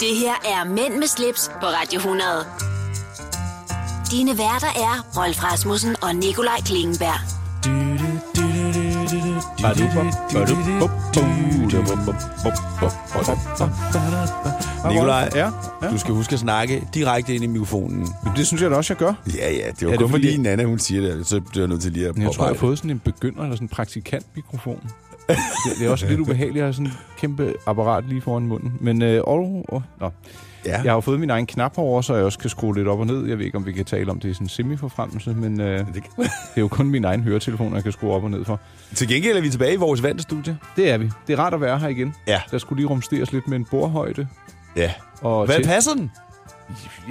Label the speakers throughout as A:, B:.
A: Det her er Mænd med slips på Radio 100. Dine værter er Rolf Rasmussen og Nikolaj Klingenberg.
B: Nikolaj,
C: Ja, ja.
B: du skal huske at snakke direkte ind i mikrofonen.
C: Det synes jeg da også, jeg gør.
B: Ja, ja, det
C: Er
B: var
C: det
B: kun fordi
C: fordi-
B: Nana, hun siger det, så bliver jeg nødt til lige at
D: Men jeg tror, jeg har
B: påpege
D: fået sådan en begynder- eller sådan en praktikant-mikrofon. Det, det er også lidt ubehageligt at have sådan et kæmpe apparat lige foran munden. Men øh, all, oh, nå.
B: det. Ja.
D: jeg har jo fået min egen knap herover, så jeg også kan skrue lidt op og ned. Jeg ved ikke, om vi kan tale om det i sådan en semi-forfremmelse, men øh, det
B: Det kan-
D: er jo kun min egen høretelefon, jeg kan skrue op og ned for.
B: Til gengæld er vi tilbage i vores vandstudie.
D: Det er vi. Det er rart at være her igen.
B: Ja.
D: Der skulle lige rumsteres lidt med en bordhøjde.
B: Ja.
D: Og
B: Hvad
D: til-
B: passer den?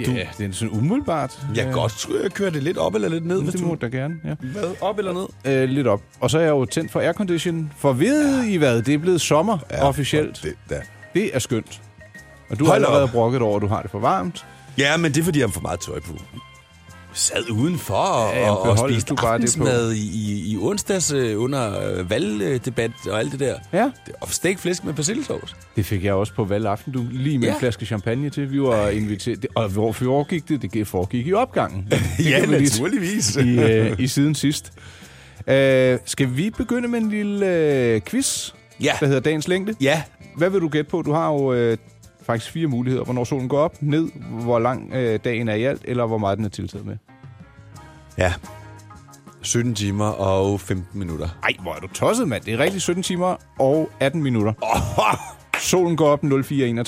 D: Ja, det er sådan umiddelbart.
B: Jeg kan
D: Øh,
B: godt tro, jeg kører det lidt op eller lidt ned, hvis
D: Det må
B: du...
D: du da gerne, ja.
B: Hvad? Op eller ned?
D: Øh, lidt op. Og så er jeg jo tændt for aircondition. For ved I hvad? Det er blevet sommer ja, officielt.
B: Det, ja.
D: Det er skønt. Og du har
B: Hold
D: allerede
B: op.
D: brokket over, at du har det for varmt.
B: ja, men det er, fordi jeg har for meget tøj på. Sad udenfor og,
D: Ja,
B: ja, og
D: behold
B: spiste
D: du bare det på.
B: aftensmad i, i, i onsdags øh, under øh, valgdebat og alt det der.
D: Ja.
B: Det- Og stegt flæsk med persillesovs.
D: Det fik jeg også på valgaften. Du lige med ja.
B: Ja.
D: en flaske champagne til. Vi var inviteret. det- Og hvor foregik det? Det foregik i opgangen. Det
B: Ja,
D: kan man lige-
B: naturligvis.
D: I, øh, I siden sidst. Øh, skal vi begynde med en lille øh, quiz,
B: Ja.
D: der hedder Dagens Længde?
B: Ja,
D: Hvad vil du gætte på? Du har jo øh, faktisk fire muligheder. Hvornår solen går op, ned, hvor lang øh, dagen er i alt, eller hvor meget den er tiltaget med.
B: Ja. 17 timer og 15 minutter.
D: Ej, hvor er du tosset, mand. Det er rigtig 17 timer og 18 minutter.
B: Oh,
D: Solen går op 04.31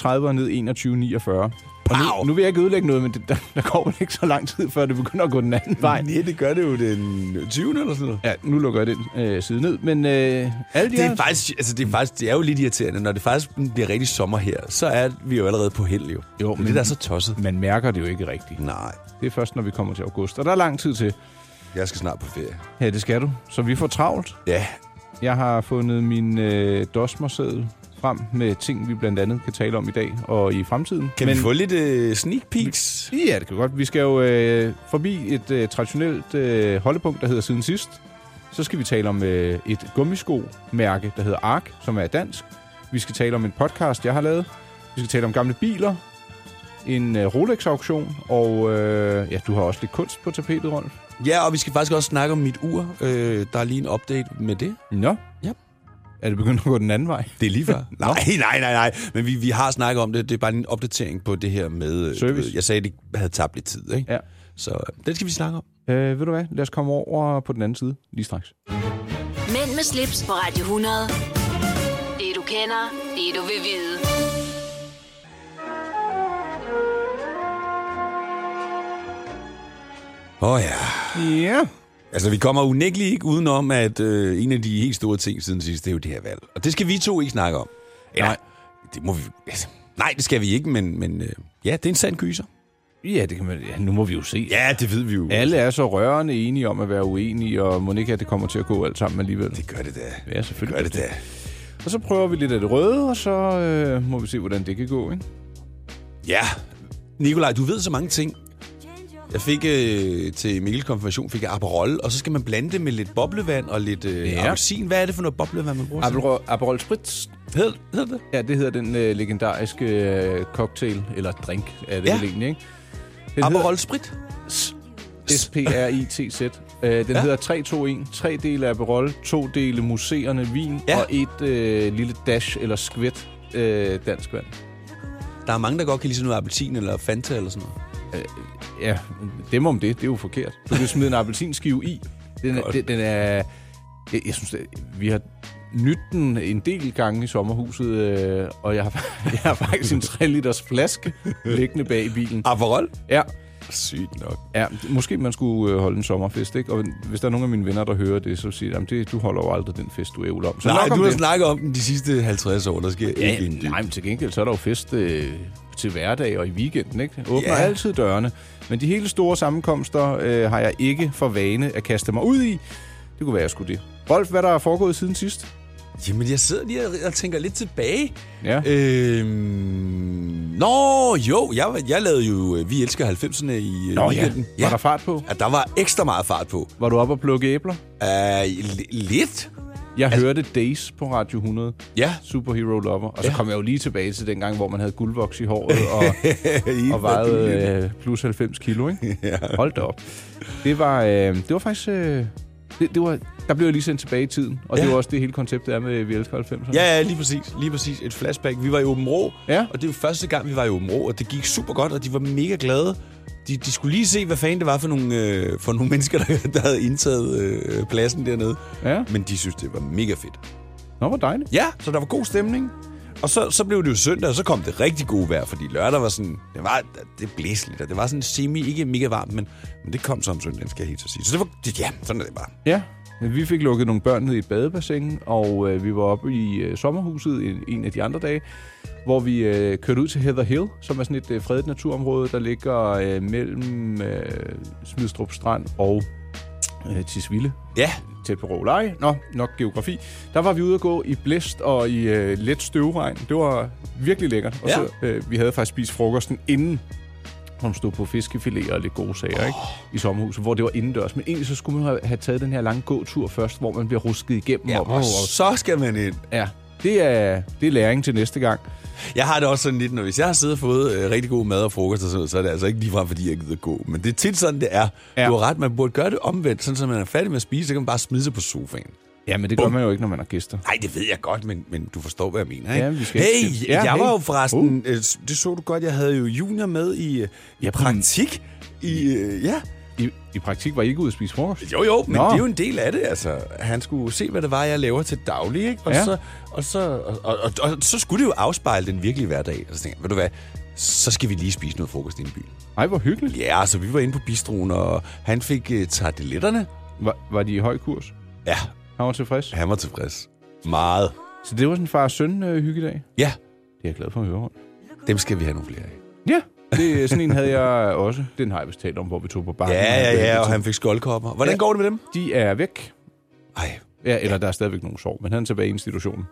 D: og ned 21.49. Og
B: Pow!
D: nu, nu vil jeg ikke ødelægge noget, men det, der, der går vel ikke så lang tid, før det begynder at gå den anden vej.
B: nej, det gør det jo den 20. eller sådan noget.
D: Ja, nu lukker jeg den øh, side ned, men øh, alle de
B: Det
D: her-
B: er, faktisk, altså det, er faktisk, det er jo lidt irriterende, når det faktisk bliver rigtig sommer her, så er vi jo allerede på held jo.
D: Jo,
B: men
D: men-
B: det der er så tosset.
D: Man mærker det jo ikke rigtigt.
B: Nej,
D: Det er først, når vi kommer til august, og der er lang tid til.
B: jeg skal snart på ferie.
D: Ja, det skal du. Så vi får travlt.
B: Ja,
D: Jeg har fundet min øh, dosmerseddel frem med ting, vi blandt andet kan tale om i dag og i fremtiden.
B: kan men, vi få lidt uh, sneak peeks?
D: Ja, det kan vi godt. Vi skal jo øh, forbi et øh, traditionelt øh, holdepunkt, der hedder Siden Sidst. Så skal vi tale om øh, et gummisko-mærke, der hedder Ark, som er dansk. Vi skal tale om en podcast, jeg har lavet. Vi skal tale om gamle biler, en øh, Rolex-auktion, og øh, ja, du har også lidt kunst på tapetet, Rolf.
B: Ja, og vi skal faktisk også snakke om mit ur. Øh, der er lige en update med det.
D: Nå.
B: Ja.
D: Er det begyndt at gå den anden vej?
B: Det er lige før. nej, nej, nej, nej. Men vi, vi har snakket om det. Det er bare en opdatering på det her med... øh,
D: Service.
B: du ved, Jeg sagde, at det havde tabt lidt tid, ikke?
D: Ja.
B: Så øh, det skal vi snakke om.
D: Øh, ved du hvad? Lad os komme over på den anden side lige straks.
A: Mænd med slips på Radio 100. Det du kender, det du vil vide.
B: Åh oh, ja.
D: Ja.
B: Altså, vi kommer unægteligt ikke udenom, at øh, en af de helt store ting siden sidst, det er jo det her valg. Og det skal vi to ikke snakke om. Eller,
D: Nej.
B: Det må vi... Altså, nej, det skal vi ikke, men, men øh, ja, det er en sand gyser.
D: Ja, det kan man, ja, nu må vi jo se.
B: Ja, det ved vi jo.
D: Alle er så rørende enige om at være uenige, og må ikke, at det kommer til at gå alt sammen alligevel.
B: Det gør det da.
D: Ja, selvfølgelig.
B: Gør det da.
D: Og så prøver vi lidt af det røde, og så øh, må vi se, hvordan det kan gå, ikke?
B: Ja. Nikolaj, du ved så mange ting. Jeg fik øh, til Mikkels konfirmation fik jeg Aperol, og så skal man blande det med lidt boblevand og lidt øh,
D: Ja.
B: ja. appelsin. Hvad er det for noget boblevand, man bruger?
D: Aperol, Aperol Spritz.
B: Hed, hed det?
D: Ja, det hedder den øh, legendariske øh, cocktail, eller drink, er det
B: Ja.
D: ja. egentlig, ikke? Den
B: Aperol Sprit?
D: hedder S-P-R-I-T-Z. Øh, den
B: Ja.
D: ja. hedder 321. Tre dele Aperol, to dele museerne vin,
B: Ja.
D: ja. og et øh, lille dash eller skvæt øh, dansk vand.
B: Der er mange, der godt kan lide sådan noget appelsin eller Fanta eller sådan noget.
D: Ja, dem om det, det er jo forkert. Du kan smide en appelsinskive i. Den, er-
B: Godt.
D: den, den er... Jeg, jeg synes, at vi har nyt den en del gange i sommerhuset, øh, og jeg har, jeg har faktisk en 3 liters flaske liggende bag i bilen.
B: Aperol?
D: Ja,
B: Sygt nok.
D: ja, måske man skulle øh, holde en sommerfest, ikke? Og hvis der er nogen af mine venner, der hører det, så siger de, "Jamen, det, du holder jo aldrig den fest, du ævler om. Så
B: Nej,
D: nok om
B: du har
D: det.
B: snakket om den de sidste 50 år, der sker
D: Ja,
B: ikke en dyt.
D: nej, men til gengæld, så er der jo fest øh, til hverdag og i weekenden, ikke? Åbner
B: Ja.
D: yeah. altid dørene. Men de hele store sammenkomster øh, har jeg ikke for vane at kaste mig ud i. Det kunne være, jeg skulle det. Rolf, hvad der er foregået siden sidst?
B: Jamen, jeg sidder lige og- og tænker lidt tilbage.
D: Ja.
B: Øh, Øhm, nå, jo, jeg, var- jeg lavede jo øh, Vi elsker 90'erne i øh, weekenden.
D: Var der fart Øh, på?
B: Ja, der var ekstra meget fart på.
D: Var du oppe og plukke æbler?
B: Uh, lidt.
D: Jeg altså, hørte Days på Radio 100,
B: Ja.
D: Superhero Lover, og så
B: Ja.
D: kom jeg jo lige tilbage til den gang, hvor man havde guldvoks i håret og, og vejede øh, plus 90 kilo, ikke?
B: Ja.
D: Hold da op. Det var, øh, det var faktisk... Øh, det, det var, der blev jeg lige sendt tilbage i tiden, og ja.
B: Ja.
D: det var også det hele konceptet er med Vi Elsker 90'erne.
B: Ja, ja, lige præcis. Lige præcis. Et flashback. Vi var i Åben Rå,
D: Ja.
B: og det var første gang, vi var i Åben Rå, og det gik super godt, og de var mega glade. De, de skulle lige se, hvad fanden det var for nogle, øh, for nogle mennesker, der, der havde indtaget øh, pladsen dernede.
D: ja.
B: Men de synes, det var mega fedt.
D: Nå, hvor dejligt.
B: Ja, så der var god stemning. Og så, så blev det jo søndag, og så kom det rigtig gode vejr, fordi lørdag var sådan, det var, det blæste lidt, og det var sådan semi, ikke mega varmt, men, men det kom så om søndagen, skal jeg helt så sige. Så det var, det, ja, sådan er det bare.
D: Ja, vi fik lukket nogle børn ned i et badebassin, og øh, vi var oppe i øh, sommerhuset en, en af de andre dage, hvor vi øh, kørte ud til Heather Hill, som er sådan et øh, fredet naturområde, der ligger øh, mellem øh, Smidstrup Strand og øh, Tisvilde,
B: Ja,
D: tæt på Råleje. Nå, nok geografi. Der var vi ude at gå i blæst og i øh, let støvregn. Det var virkelig lækkert. Og
B: Ja.
D: så, øh, vi havde faktisk spist frokosten inden, som stod på fiskefiléer og lidt gode sager, oh. ikke? I sommerhuset, hvor det var indendørs. Men egentlig så skulle man have- have taget den her lange gåtur først, hvor man bliver rusket igennem.
B: ja
D: og,
B: og så skal man ind.
D: ja. Det er, det er læring til næste gang.
B: Jeg har det også sådan lidt, når hvis jeg har siddet og fået øh, rigtig god mad og frokost og sådan noget, så er det altså ikke ligefrem, fordi jeg gider gå. Men det er tit sådan, det er.
D: Ja.
B: Ja. Du har ret, man burde gøre det omvendt, sådan så man er færdig med at spise, så kan man bare smide sig på sofaen.
D: Ja, men det gør man jo ikke, når man har gæster.
B: Nej, det ved jeg godt, men, men du forstår, hvad jeg mener, ikke?
D: Ja, vi skal
B: hey,
D: ikke- Ja,
B: ja, jeg
D: hey.
B: var jo forresten... Uh. Det så du godt, jeg havde jo junior med i, øh, i praktik. I, øh, ja,
D: I, I praktik var I ikke ude at spise frokost?
B: jo jo, men
D: Nå.
B: Nå. det er jo en del af det, altså. Han skulle se, hvad det var, jeg laver til daglig, ikke? Og,
D: Ja.
B: så, og, så, og, og, og, og så skulle det jo afspejle den virkelige hverdag. Og så tænkte jeg, ved du hvad, så skal vi lige spise noget frokost inde i byen.
D: Ej, hvor hyggeligt.
B: Ja, så vi var inde på bistroen, og han fik uh, tarteletterne.
D: Var, var de i høj kurs?
B: Ja,
D: Han var tilfreds.
B: han var tilfreds. Meget.
D: Så det var sådan en far-søn-hyggedag?
B: Ja,
D: øh, Det er jeg glad for at høre, Rolf.
B: dem skal vi have nogle flere af.
D: Ja, det, sådan en havde jeg også. Den har jeg vist talt om, hvor vi tog på bar.
B: Ja, ja, ja, og han fik skoldkopper. Hvordan
D: Ja.
B: ja. går det med dem?
D: De er væk.
B: Ej.
D: Ja, eller der er stadigvæk nogen sår, men han er tilbage i institutionen.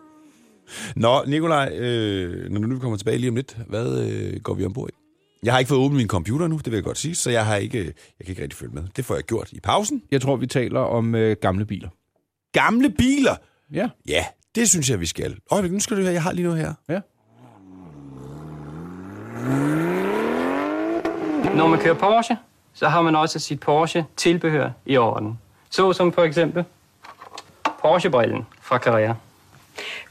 B: Nå, Nikolaj, øh, når nu vi kommer tilbage lige om lidt, hvad øh, går vi ombord i? Jeg har ikke fået åbnet min computer nu, det vil jeg godt sige, så jeg har ikke, jeg kan ikke rigtig følge med. Det får jeg gjort i pausen.
D: Jeg tror, vi taler om øh, gamle biler.
B: Gamle biler!
D: Ja,
B: Ja, det synes jeg, vi skal. Øjeblik, nu skal du høre, jeg har lige noget her.
D: ja.
C: Når man kører Porsche, så har man også sit Porsche-tilbehør i orden. Så som for eksempel Porsche-brillen fra Carrera.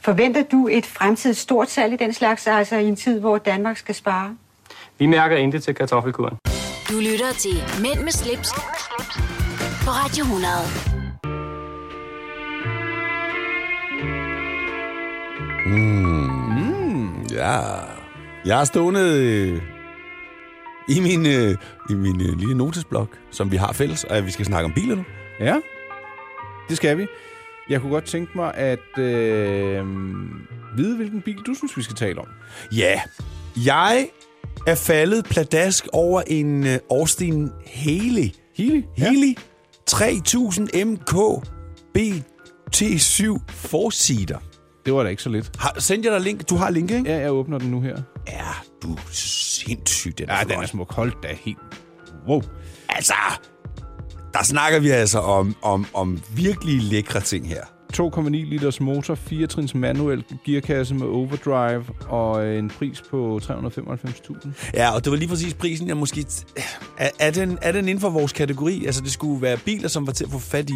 E: Forventer du et fremtidigt stort salg i den slags, altså i en tid, hvor Danmark skal spare?
C: Vi mærker intet til kartoffelkuren.
A: Du lytter til Mænd med slips, på Radio 100.
B: Mm, Ja, jeg har stående øh, i min, øh, i min øh, lille notesblok, som vi har fælles, og vi skal snakke om biler nu.
D: Ja, det skal vi. Jeg kunne godt tænke mig at øh, vide, hvilken bil du synes, vi skal tale om.
B: Ja, jeg er faldet pladask over en øh, Austin Haley.
D: Healy?
B: Haley 3000 MK BT7 4-seater.
D: Det var da ikke så lidt.
B: Har, sendte jeg dig link? Du har link, ikke?
D: Ja, jeg åbner den nu her.
B: Ja, du er sindssyg, den er,
D: Ja, den er
B: flot.
D: smuk. Hold da helt... Wow.
B: Altså, der snakker vi altså om, om, om virkelig lækre ting her.
D: 2,9 liters motor, 4-trins manuel gearkasse med overdrive og øh, en pris på 395.000.
B: Ja, og det var lige præcis prisen, jeg måske... Er, er, den, er den inden for vores kategori? Altså, det skulle være biler, som var til at få fat i.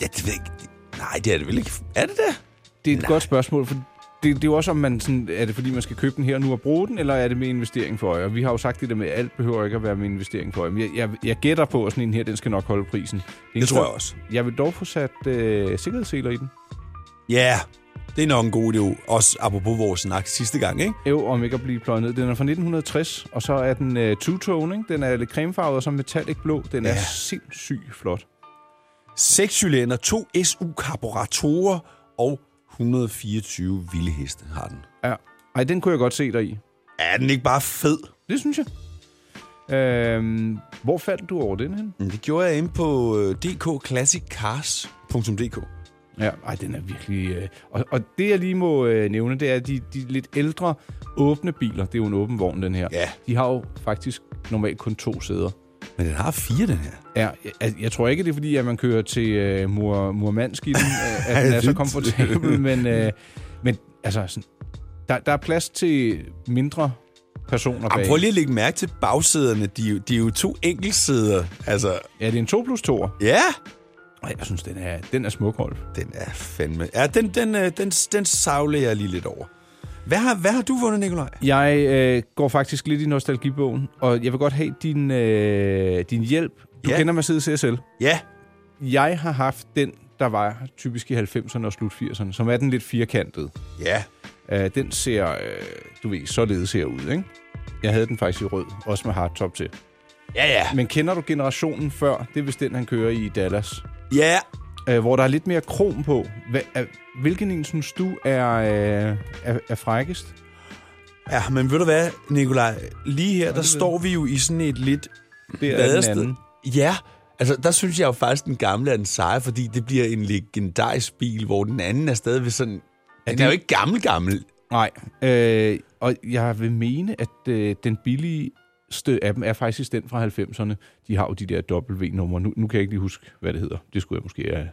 B: Ja, det ved jeg ikke. Nej, det er det vel ikke. Er det det?
D: Det er et Nej. godt spørgsmål, for det, det er jo også, om man sådan, er det fordi, man skal købe den her nu og bruge den, eller er det med investering for øje? Og vi har jo sagt det der med, at alt behøver ikke at være med investering for øje. Men jeg, jeg, jeg gætter på, at sådan en her, den skal nok holde prisen.
B: Det tror jeg også.
D: Jeg vil dog få sat øh, sikkerhedsseler i den.
B: Ja, yeah. det er nok en god idé. Også apropos vores snak sidste gang, ikke?
D: Jo, om ikke at blive pløjet ned. Den er fra 1960, og så er den øh, two-tone, ikke? Den er lidt cremefarvet og så metallic blå. Den ja. er
B: Ja.
D: sindssygt flot.
B: Seks cylinder, to SU-karburatorer og 124 vilde heste har den.
D: Ja. Ej, den kunne jeg godt se dig i.
B: Er den ikke bare fed?
D: Det synes jeg. Øhm, hvor faldt du over den hen?
B: Mm, Det gjorde jeg inde på øh, dkclassiccars.dk.
D: Ja, ej, den er virkelig... Øh, og, og det, jeg lige må øh, nævne, det er, at de, de lidt ældre åbne biler, det er jo en åben vogn, den her.
B: Ja.
D: De har jo faktisk normalt kun to sæder.
B: Men den har fire, den her.
D: Ja, jeg, jeg tror ikke, det er fordi, at man kører til øh, Mur, Murmansk i den, øh, at den er så
B: Lidt.
D: komfortabel, men, øh, men altså, sådan, der, der er plads til mindre personer bag.
B: Jamen, prøv lige at lægge mærke til bagsæderne. De, er jo- de er jo to enkeltsæder. Altså,
D: Ja, det er en 2 plus 2.
B: ja.
D: Jeg synes, den er, den er smuk, Rolf.
B: Den er fandme... Ja, den, den, øh, den, den savler jeg lige lidt over. Hvad har, hvad har du vundet, Nikolaj?
D: Jeg øh, går faktisk lidt i nostalgibogen, og jeg vil godt have din, øh, din hjælp. Du
B: Ja.
D: kender Mercedes CSL.
B: Ja.
D: Jeg har haft den, der var typisk i 90'erne og slut 80'erne, som er den lidt firkantede.
B: Ja.
D: Øh, den ser, øh, du ved, således her ud, ikke? Jeg havde den faktisk i rød, også med hardtop til.
B: Ja, ja.
D: Men kender du generationen før? Det er vist den, han kører i i Dallas.
B: Ja.
D: Øh, hvor der er lidt mere krom på. Hva, er, hvilken en synes du er, øh, er, er frækkest?
B: Ja, men ved du hvad, Nikolaj? Lige her, der står vi jo i sådan et lidt
D: Det er
B: vadested.
D: den anden.
B: Ja, altså der synes jeg jo faktisk, den gamle er den seje, fordi det bliver en legendarisk bil, hvor den anden er stadigvæk sådan... Ja, den er jo ikke gammel-gammel.
D: Nej. Øh, og jeg vil mene, at øh, den billigste af dem er faktisk den fra 90'erne. De har jo de der W-numre. Nu, nu kan jeg ikke lige huske, hvad det hedder. Det skulle jeg måske have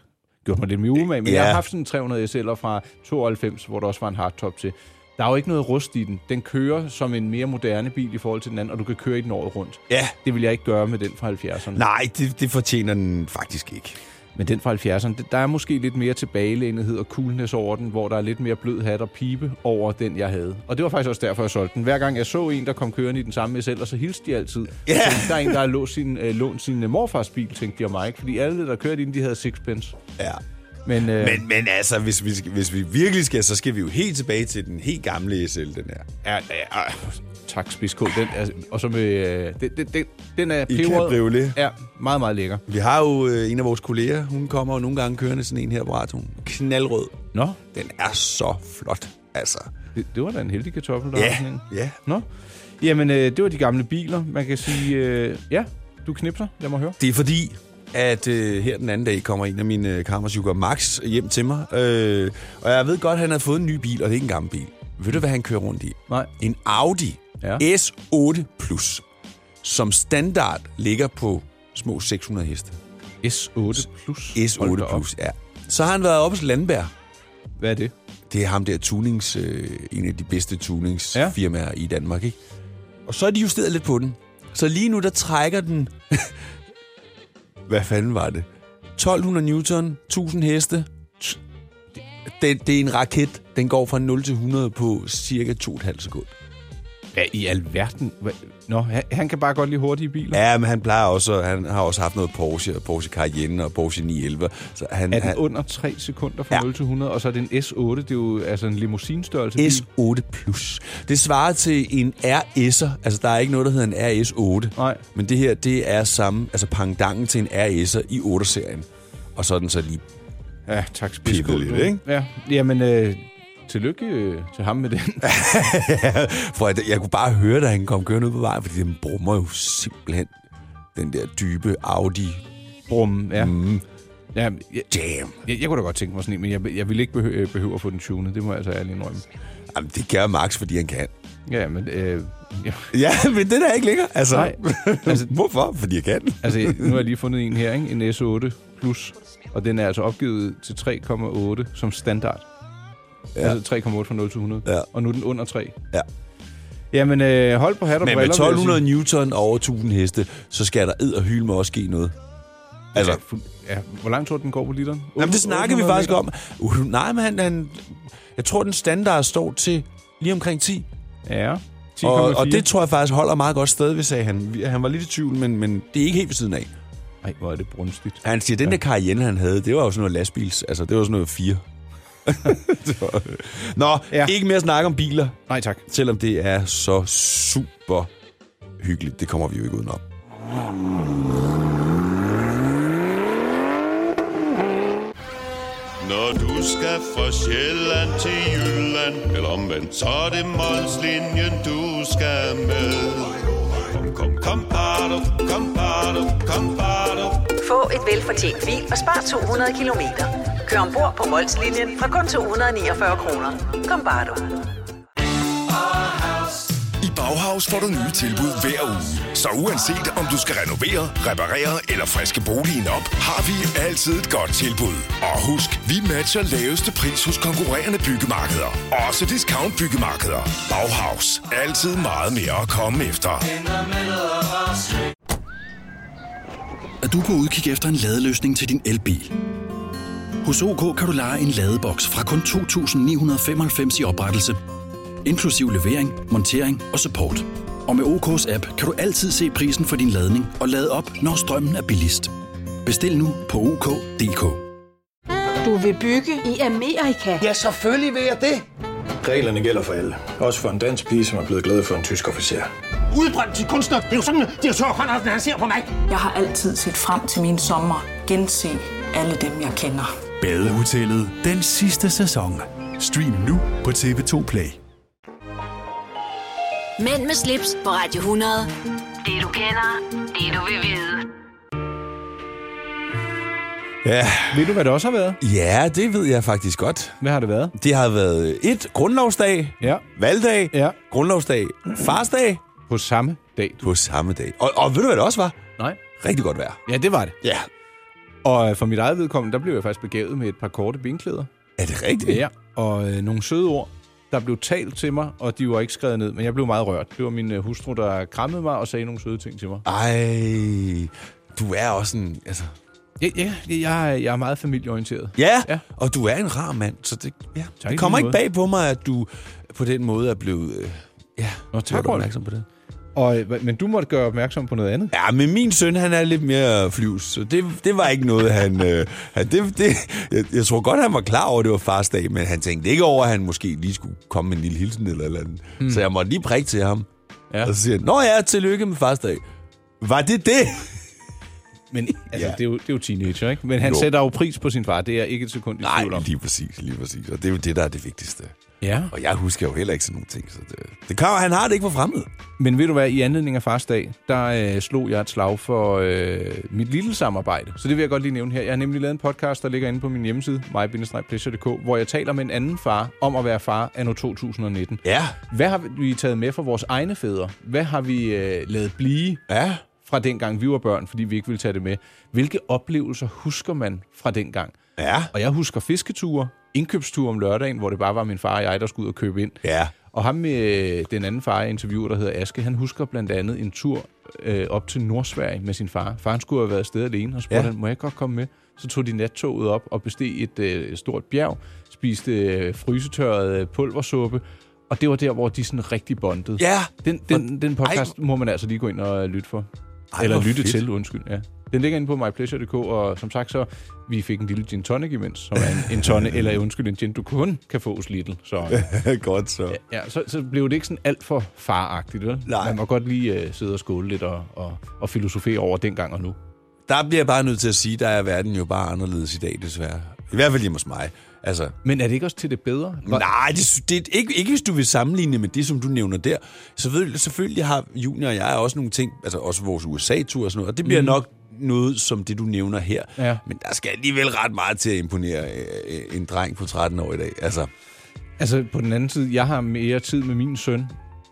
D: gjort mig lidt mere umage. Men
B: Ja.
D: ja. jeg har haft sådan en 300 SL'er fra 92, hvor der også var en hardtop til. Der er jo ikke noget rust i den. Den kører som en mere moderne bil i forhold til den anden, og du kan køre i den året rundt.
B: Ja.
D: Det vil jeg ikke gøre med den fra 70'erne.
B: Nej, det, det fortjener den faktisk ikke.
D: Men den fra 70'erne, det- der er måske lidt mere tilbagelænethed og coolness over den, hvor der er lidt mere blød hat og pibe over den, jeg havde. Og det var faktisk også derfor, jeg solgte den. Hver gang jeg så en, der kom kørende i den samme SL, og så hilste de altid.
B: Ja.
D: Jeg Tænkte, der er en, der har lånt sin, øh, lånt sin øh, morfars bil, tænkte jeg mig. Ikke? Fordi alle, der kørte i den, de havde sixpence.
B: Ja.
D: Men, øh,
B: Men, men altså, hvis vi, skal- hvis vi virkelig skal, så skal vi jo helt tilbage til den helt gamle SL, den her.
D: Ja, ja, ja. tak, Spids K. Den er, og så med... Øh, den, den, den, den er
B: I
D: peberet.
B: cabriolet.
D: Ja, meget, meget lækker.
B: Vi har jo øh, en af vores kolleger, hun kommer jo nogle gange kørende sådan en her på radioen. Knaldrød.
D: Nå,
B: Den er så flot, altså.
D: det, det var da en heldig kartoffel, der var
B: Ja,
D: sådan en.
B: ja.
D: Nå. Jamen, øh, det var de gamle biler. Man kan sige, øh, ja, du knipser. Lad mig høre.
B: Det er fordi, at øh, her den anden dag kommer en af mine øh, kammersjukker, Max, hjem til mig. Øh, og jeg ved godt, at han har fået en ny bil, og det er ikke en gammel bil. Ved du, hvad han kører rundt i?
D: Nej.
B: En Audi
D: Ja.
B: S8 Plus, som standard ligger på små 600 heste.
D: S8 Plus. Hold da
B: S8
D: op.
B: Plus, ja. Så har han været oppe hos Landberg.
D: Hvad er det?
B: Det er ham der tunings, øh, en af de bedste tuningsfirmaer ja. i Danmark, ikke? Og så er de justeret lidt på den. Så lige nu, der trækker den... Hvad fanden var det? 1200 newton, 1000 heste. Tsk. Det, det er en raket. Den går fra 0 til 100 på cirka 2,5 sekunder.
D: Hvad i alverden? Hvad? Nå, han, han kan bare godt lide hurtige biler.
B: Ja, men han plejer også, han har også haft noget Porsche, og Porsche Cayenne og Porsche 911. Så han,
D: Er
B: han
D: den under 3 sekunder fra
B: Ja.
D: ja. 0 til 100, og så er det en S8, det er jo altså en limousinstørrelse. bil.
B: S8 Plus. Det svarer til en RS'er. Altså, der er ikke noget, der hedder en RS8.
D: Nej.
B: Men det her, det er samme, altså pangdangen til en RS'er i 8-serien. Og så er den så lige...
D: Ja, tak
B: Pippet
D: spidskål.
B: lidt,
D: du.
B: ikke?
D: Ja, jamen, øh, tillykke øh, til ham med den.
B: For jeg, jeg kunne bare høre, da han kom kørende ud på vejen, fordi den brummer jo simpelthen den der dybe Audi.
D: Brum, ja. Mm. ja jeg,
B: Damn.
D: jeg, jeg, kunne da godt tænke mig sådan en, men jeg, jeg ville ikke behø- øh, behøve at få den tunet. Det må jeg altså ærligt indrømme.
B: Jamen, det gør Max, fordi han kan.
D: Ja, men... Øh, ja.
B: Ja, men det er ikke lækker. Altså,
D: Nej.
B: altså, hvorfor? Fordi jeg kan.
D: Altså, nu har jeg lige fundet en her, ikke? En S8 Plus. Og den er altså opgivet til 3,8 som standard. Ja. Altså 3,8 fra 0 til 100.
B: Ja.
D: Og nu er den under 3.
B: Ja.
D: Jamen, øh, hold på hat og
B: Men med
D: briller, vil jeg
B: 1200
D: sige.
B: newton og over 1000 heste, så skal der ed og hyl med også ske noget. Altså,
D: Ja, hvor langt tror du, den går på literen?
B: Jamen,
D: 800
B: det snakkede vi faktisk
D: meter?
B: om. Uh, nej, men han, han, jeg tror, den standard står til lige omkring 10.
D: Ja. 10,4.
B: Og, og det tror jeg faktisk holder meget godt stadigvæk, sagde han. Vi- Han var lidt i tvivl, men, men det er ikke helt ved siden af.
D: Ej, hvor er det brunstigt.
B: Han siger, den der Cayenne, han havde, det var jo sådan noget lastbils. Altså, det var sådan noget 4. Nå, ja.
D: Ja.
B: ikke mere snak om biler,
D: Nej, tak.
B: selvom det er så super hyggeligt. Det kommer vi jo ikke udenom.
F: Når du skal fra Sjælland til Jylland Eller omvendt, så er det Molslinjen, du skal med Kom, kom, kom, bado, kom, bado, kom, bado.
G: Få et velfortjent bil og spar 200 kilometer. Kør ombord på Molslinjen fra kun 249 kroner. Kom bare du.
H: I Bauhaus Hos får du nye tilbud hver uge. Så uanset om du skal renovere, reparere eller friske boligen op, har vi altid et godt tilbud. Og husk, vi matcher laveste pris hos konkurrerende byggemarkeder. Også discount byggemarkeder. Bauhaus. Altid meget mere at komme efter.
I: Er du på udkig efter en ladeløsning til din elbil? Hos OK kan du lege en ladeboks fra kun 2.995 i oprettelse, inklusiv levering, montering og support. Og med OK's app kan du altid se prisen for din ladning og lade op, når strømmen er billigst. Bestil nu på OK.dk.
J: Du vil bygge i Amerika?
K: Ja, selvfølgelig vil jeg det.
L: Reglerne gælder for alle. Også for en dansk pige, som er blevet glad for en tysk officer.
K: Udbrændt til kunstner. Det er jo sådan, at de har Conradsen, han ser på mig.
M: Jeg har altid set frem til min sommer. Gense alle dem, jeg kender.
N: Badehotellet. Den sidste sæson. Stream nu på TV2 Play.
A: Mænd med slips på Radio 100. Det du kender, det du vil vide.
B: Ja.
D: Ved du, hvad det også har været?
B: ja, det ved jeg faktisk godt.
D: Hvad har det været?
B: Det har været et grundlovsdag,
D: Ja.
B: valgdag,
D: Ja.
B: grundlovsdag, farsdag
D: På samme dag.
B: på samme dag. Og, og ved du, hvad det også var?
D: Nej.
B: Rigtig godt vejr.
D: Ja, det var det.
B: Ja.
D: Og øh, for mit eget vedkommende, der blev jeg faktisk begavet med et par korte benklæder.
B: Er det rigtigt?
D: Ja, og øh, nogle søde ord, der blev talt til mig, og de var ikke skrevet ned, men jeg blev meget rørt. Det var min øh, hustru, der krammede mig og sagde nogle søde ting til mig.
B: Ej, du er også en... Altså,
D: Ja, ja det- jeg, er- jeg er meget familieorienteret.
B: Ja,
D: Ja.
B: ja, og du er en rar mand, så det, ja,
D: Tak i
B: det kommer
D: lige
B: ikke
D: måde.
B: bag på mig, at du på den måde er blevet øh, ja,
D: Nå, tak,
B: gjort
D: Rolf.
B: opmærksom på det.
D: Og, øh, hva- men du måtte gøre opmærksom på noget andet.
B: Ja, men min søn, han er lidt mere flyvs, så det, det var ikke noget, han... Øh, han det, det, jeg, jeg tror godt, han var klar over, at det var fars dag, men han tænkte ikke over, at han måske lige skulle komme med en lille hilsen eller et eller andet. Hmm. Så jeg måtte lige prikke til ham,
D: Ja.
B: ja. og så siger han, Nå ja, tillykke med fars dag. Var det det?
D: Men altså, ja.
B: Ja.
D: det, er jo, det er jo teenager, ikke? Men han jo.
B: Jo.
D: sætter jo pris på sin far, det er jeg ikke et sekund i
B: Nej,
D: tvivl om.
B: lige præcis, lige præcis. Og det er jo det, der er det vigtigste.
D: Ja.
B: Og jeg husker jo heller ikke sådan nogle ting, så det, det kommer, han har det ikke for fremmed.
D: Men ved du hvad, i anledning af fars dag, der øh, slog jeg et slag for øh, mit lille samarbejde. Så det vil jeg godt lige nævne her. Jeg har nemlig lavet en podcast, der ligger inde på min hjemmeside, mig-pleasure.dk, hvor jeg taler med en anden far om at være far anno 2019.
B: Ja,
D: Hvad har vi taget med fra vores egne fædre? Hvad har vi øh, lavet blive
B: ja.
D: fra dengang vi var børn, fordi vi ikke ville tage det med? Hvilke oplevelser husker man fra dengang?
B: Ja.
D: Og jeg husker fisketure, indkøbsture om lørdagen, hvor det bare var min far og jeg, der skulle ud og købe ind.
B: Ja.
D: Og ham med øh, den anden far, jeg interviewer, der hedder Aske, han husker blandt andet en tur øh, op til Nordsverige med sin far. Faren skulle have været afsted alene, og spurgte ja.
B: Ja.
D: han, må jeg godt komme med? Så tog de nattoget op og besteg et øh, stort bjerg, spiste øh, frysetørret øh, pulversuppe, og det var der, hvor de sådan rigtig bondede.
B: Ja.
D: Den, den, den podcast
B: Ej.
D: må man altså lige gå ind og øh, lytte for. Ej,
B: Ej,
D: Eller
B: hvor
D: lytte fedt.
B: fedt.
D: til, undskyld. Ja. Den ligger inde på mypleasure.dk, og som sagt så, vi fik en lille gin tonic imens, som er en, en tonne, eller undskyld, en gin, du kun kan få hos Lidl. Så, øh,
B: Godt så. Ja.
D: ja, så, så blev det ikke sådan alt for faragtigt, vel?
B: Nej.
D: Man må godt lige øh, sidde og skåle lidt og, og, og filosofere over dengang og nu.
B: Der bliver jeg bare nødt til at sige, der er verden jo bare anderledes i dag, desværre. I hvert fald hjemme hos mig. Altså,
D: Men er det ikke også til det bedre? Hvor-
B: nej, det, sy- det, er ikke, ikke hvis du vil sammenligne med det, som du nævner der. Så ved, selvfølgelig har Junior og jeg også nogle ting, altså også vores USA-tur og sådan noget, og det bliver mm. nok noget som det, du nævner her.
D: Ja.
B: Men der skal alligevel ret meget til at imponere øh, øh, en dreng på 13 år i dag. Altså,
D: Altså, på den anden side, jeg har mere tid med min søn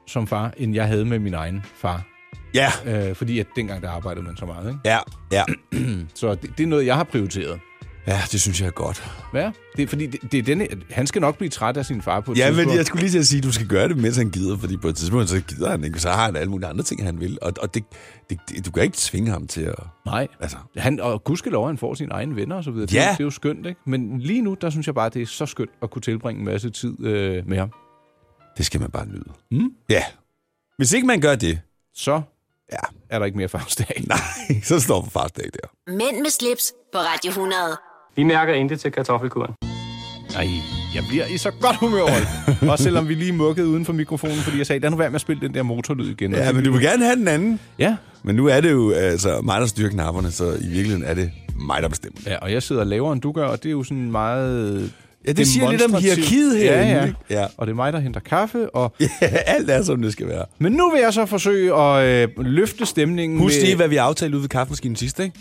D: som far, end jeg havde med min egen far.
B: ja,
D: Øh, fordi at dengang, der arbejdede man så meget, ikke?
B: ja, ja.
D: Så det, det er noget, jeg har prioriteret.
B: Ja, det synes jeg er godt.
D: Ja, det er fordi, det, det er denne, han skal nok blive træt af sin far på et
B: Ja,
D: tidspunkt.
B: men jeg skulle lige til at sige, at du skal gøre det, mens han gider, fordi på et tidspunkt, så gider han ikke, så har han alle mulige andre ting, han vil, og, og det, det, det, du kan ikke tvinge ham til at...
D: Nej, altså.
B: Altså.
D: han, og gudskelov, han får sine egne venner og så videre. Det,
B: Ja.
D: det er jo skønt, ikke? Men lige nu, der synes jeg bare, det er så skønt at kunne tilbringe en masse tid øh, med ham.
B: Det skal man bare nyde.
D: Mm.
B: Ja. Hvis ikke man gør det,
D: Så
B: ja,
D: er der ikke mere farsdag.
B: nej, så står for fars dag der.
A: Mænd med slips på Radio 100.
C: Vi mærker intet til kartoffelkuren.
D: Nej, jeg bliver i så godt humør, Rolf. Også selvom vi lige mukkede uden for mikrofonen, fordi jeg sagde, lad nu være med at spille den der motorlyd igen.
B: Ja, men du vil gerne have den anden.
D: Ja.
B: Men nu er det jo altså, mig, der styrer knapperne, så i virkeligheden er det mig, der bestemmer.
D: ja, og jeg sidder lavere, end du gør, og det er jo sådan meget...
B: Ja, det siger lidt om
D: demonstrativt.
B: hierarkiet herinde,
D: Ja, ja.
B: ikke?
D: ja.
B: Ja.
D: Og det er mig, der henter kaffe, og
B: Ja, alt er, som det skal være.
D: Men nu vil jeg så forsøge at øh, løfte stemningen
B: Husk
D: med...
B: lige, hvad vi aftalte ude ved kaffemaskinen sidste, ikke?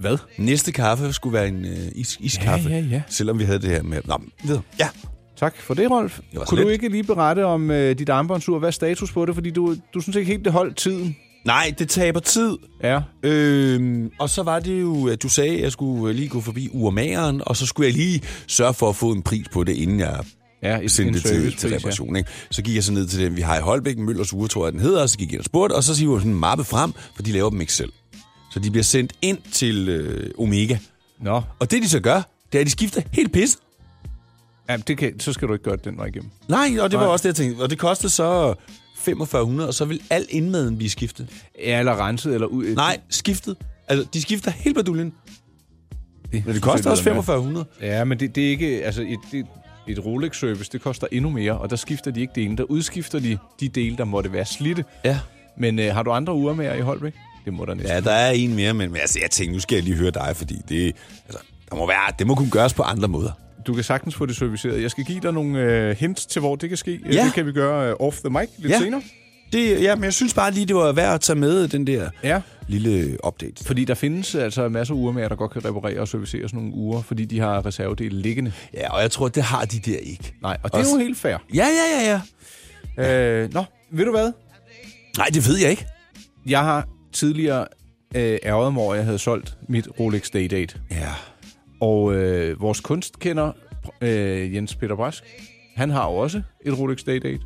D: hvad?
B: Næste kaffe skulle være en øh, is, iskaffe.
D: ja, ja.
B: Selvom vi havde det her med... Nå, men videre. Ja.
D: Tak for det, Rolf.
B: Det var så
D: Kunne du
B: lidt.
D: ikke lige berette om øh, dit armbåndsur? Hvad er status på det? Fordi du, du synes ikke helt, det holdt tiden.
B: Nej, det taber tid.
D: Ja.
B: Øhm, og så var det jo, at du sagde, at jeg skulle øh, lige gå forbi urmageren, og så skulle jeg lige sørge for at få en pris på det, inden jeg
D: ja,
B: sendte
D: en
B: det til,
D: servicepris,
B: til
D: ja.
B: reparation. Ikke? Så gik jeg så ned til den, vi har i Holbæk, Møllers Ure, tror jeg, den hedder, og så gik jeg ind og spurgte, og så siger hun sådan en mappe frem, for de laver dem ikke selv. Så de bliver sendt ind til øh, Omega.
D: Nå.
B: Og det, de så gør, det er, at de skifter helt pis.
D: Jamen, det kan, så skal du ikke gøre det den vej igennem.
B: Nej, og det var
D: Nej.
B: også det, jeg tænkte. Og det kostede så 4500, og så vil al indmaden blive skiftet.
D: Ja, eller renset, eller ud...
B: Nej, skiftet. Altså, de skifter helt baduljen.
D: Det,
B: Men det koster også 4500.
D: Ja, men det, det er ikke... Altså, et, det, et Rolex-service, det koster endnu mere, og der skifter de ikke dele. Der udskifter de de dele, der måtte være slidte.
B: Ja.
D: Men øh, har du andre uger med i Holbæk? Det må der næsten.
B: Ja, der er en mere, men men altså, jeg tænkte, nu skal jeg lige høre dig, fordi det, altså, der må være, det må kunne gøres på andre måder.
D: Du kan sagtens få det serviceret. Jeg skal give dig nogle øh, hints til, hvor det kan ske.
B: Ja.
D: Det kan vi gøre øh, off the mic lidt
B: Ja.
D: senere.
B: Det, ja, men jeg synes bare lige, det var værd at tage med den der
D: Ja.
B: lille update.
D: Fordi der findes altså masser af uger med, der godt kan reparere og servicere sådan nogle uger, fordi de har reservedele liggende.
B: Ja, og jeg tror, det har de der ikke.
D: Nej, og det er
B: Også-
D: jo helt fair.
B: Ja, ja, ja, ja.
D: Øh, nå, ved du hvad?
B: Nej, det ved jeg ikke.
D: Jeg har tidligere øh, ærget mig over, at jeg havde solgt mit Rolex Day-Date.
B: Ja.
D: Og øh, vores kunstkender, øh, Jens Peter Brask, han har jo også et Rolex Day-Date.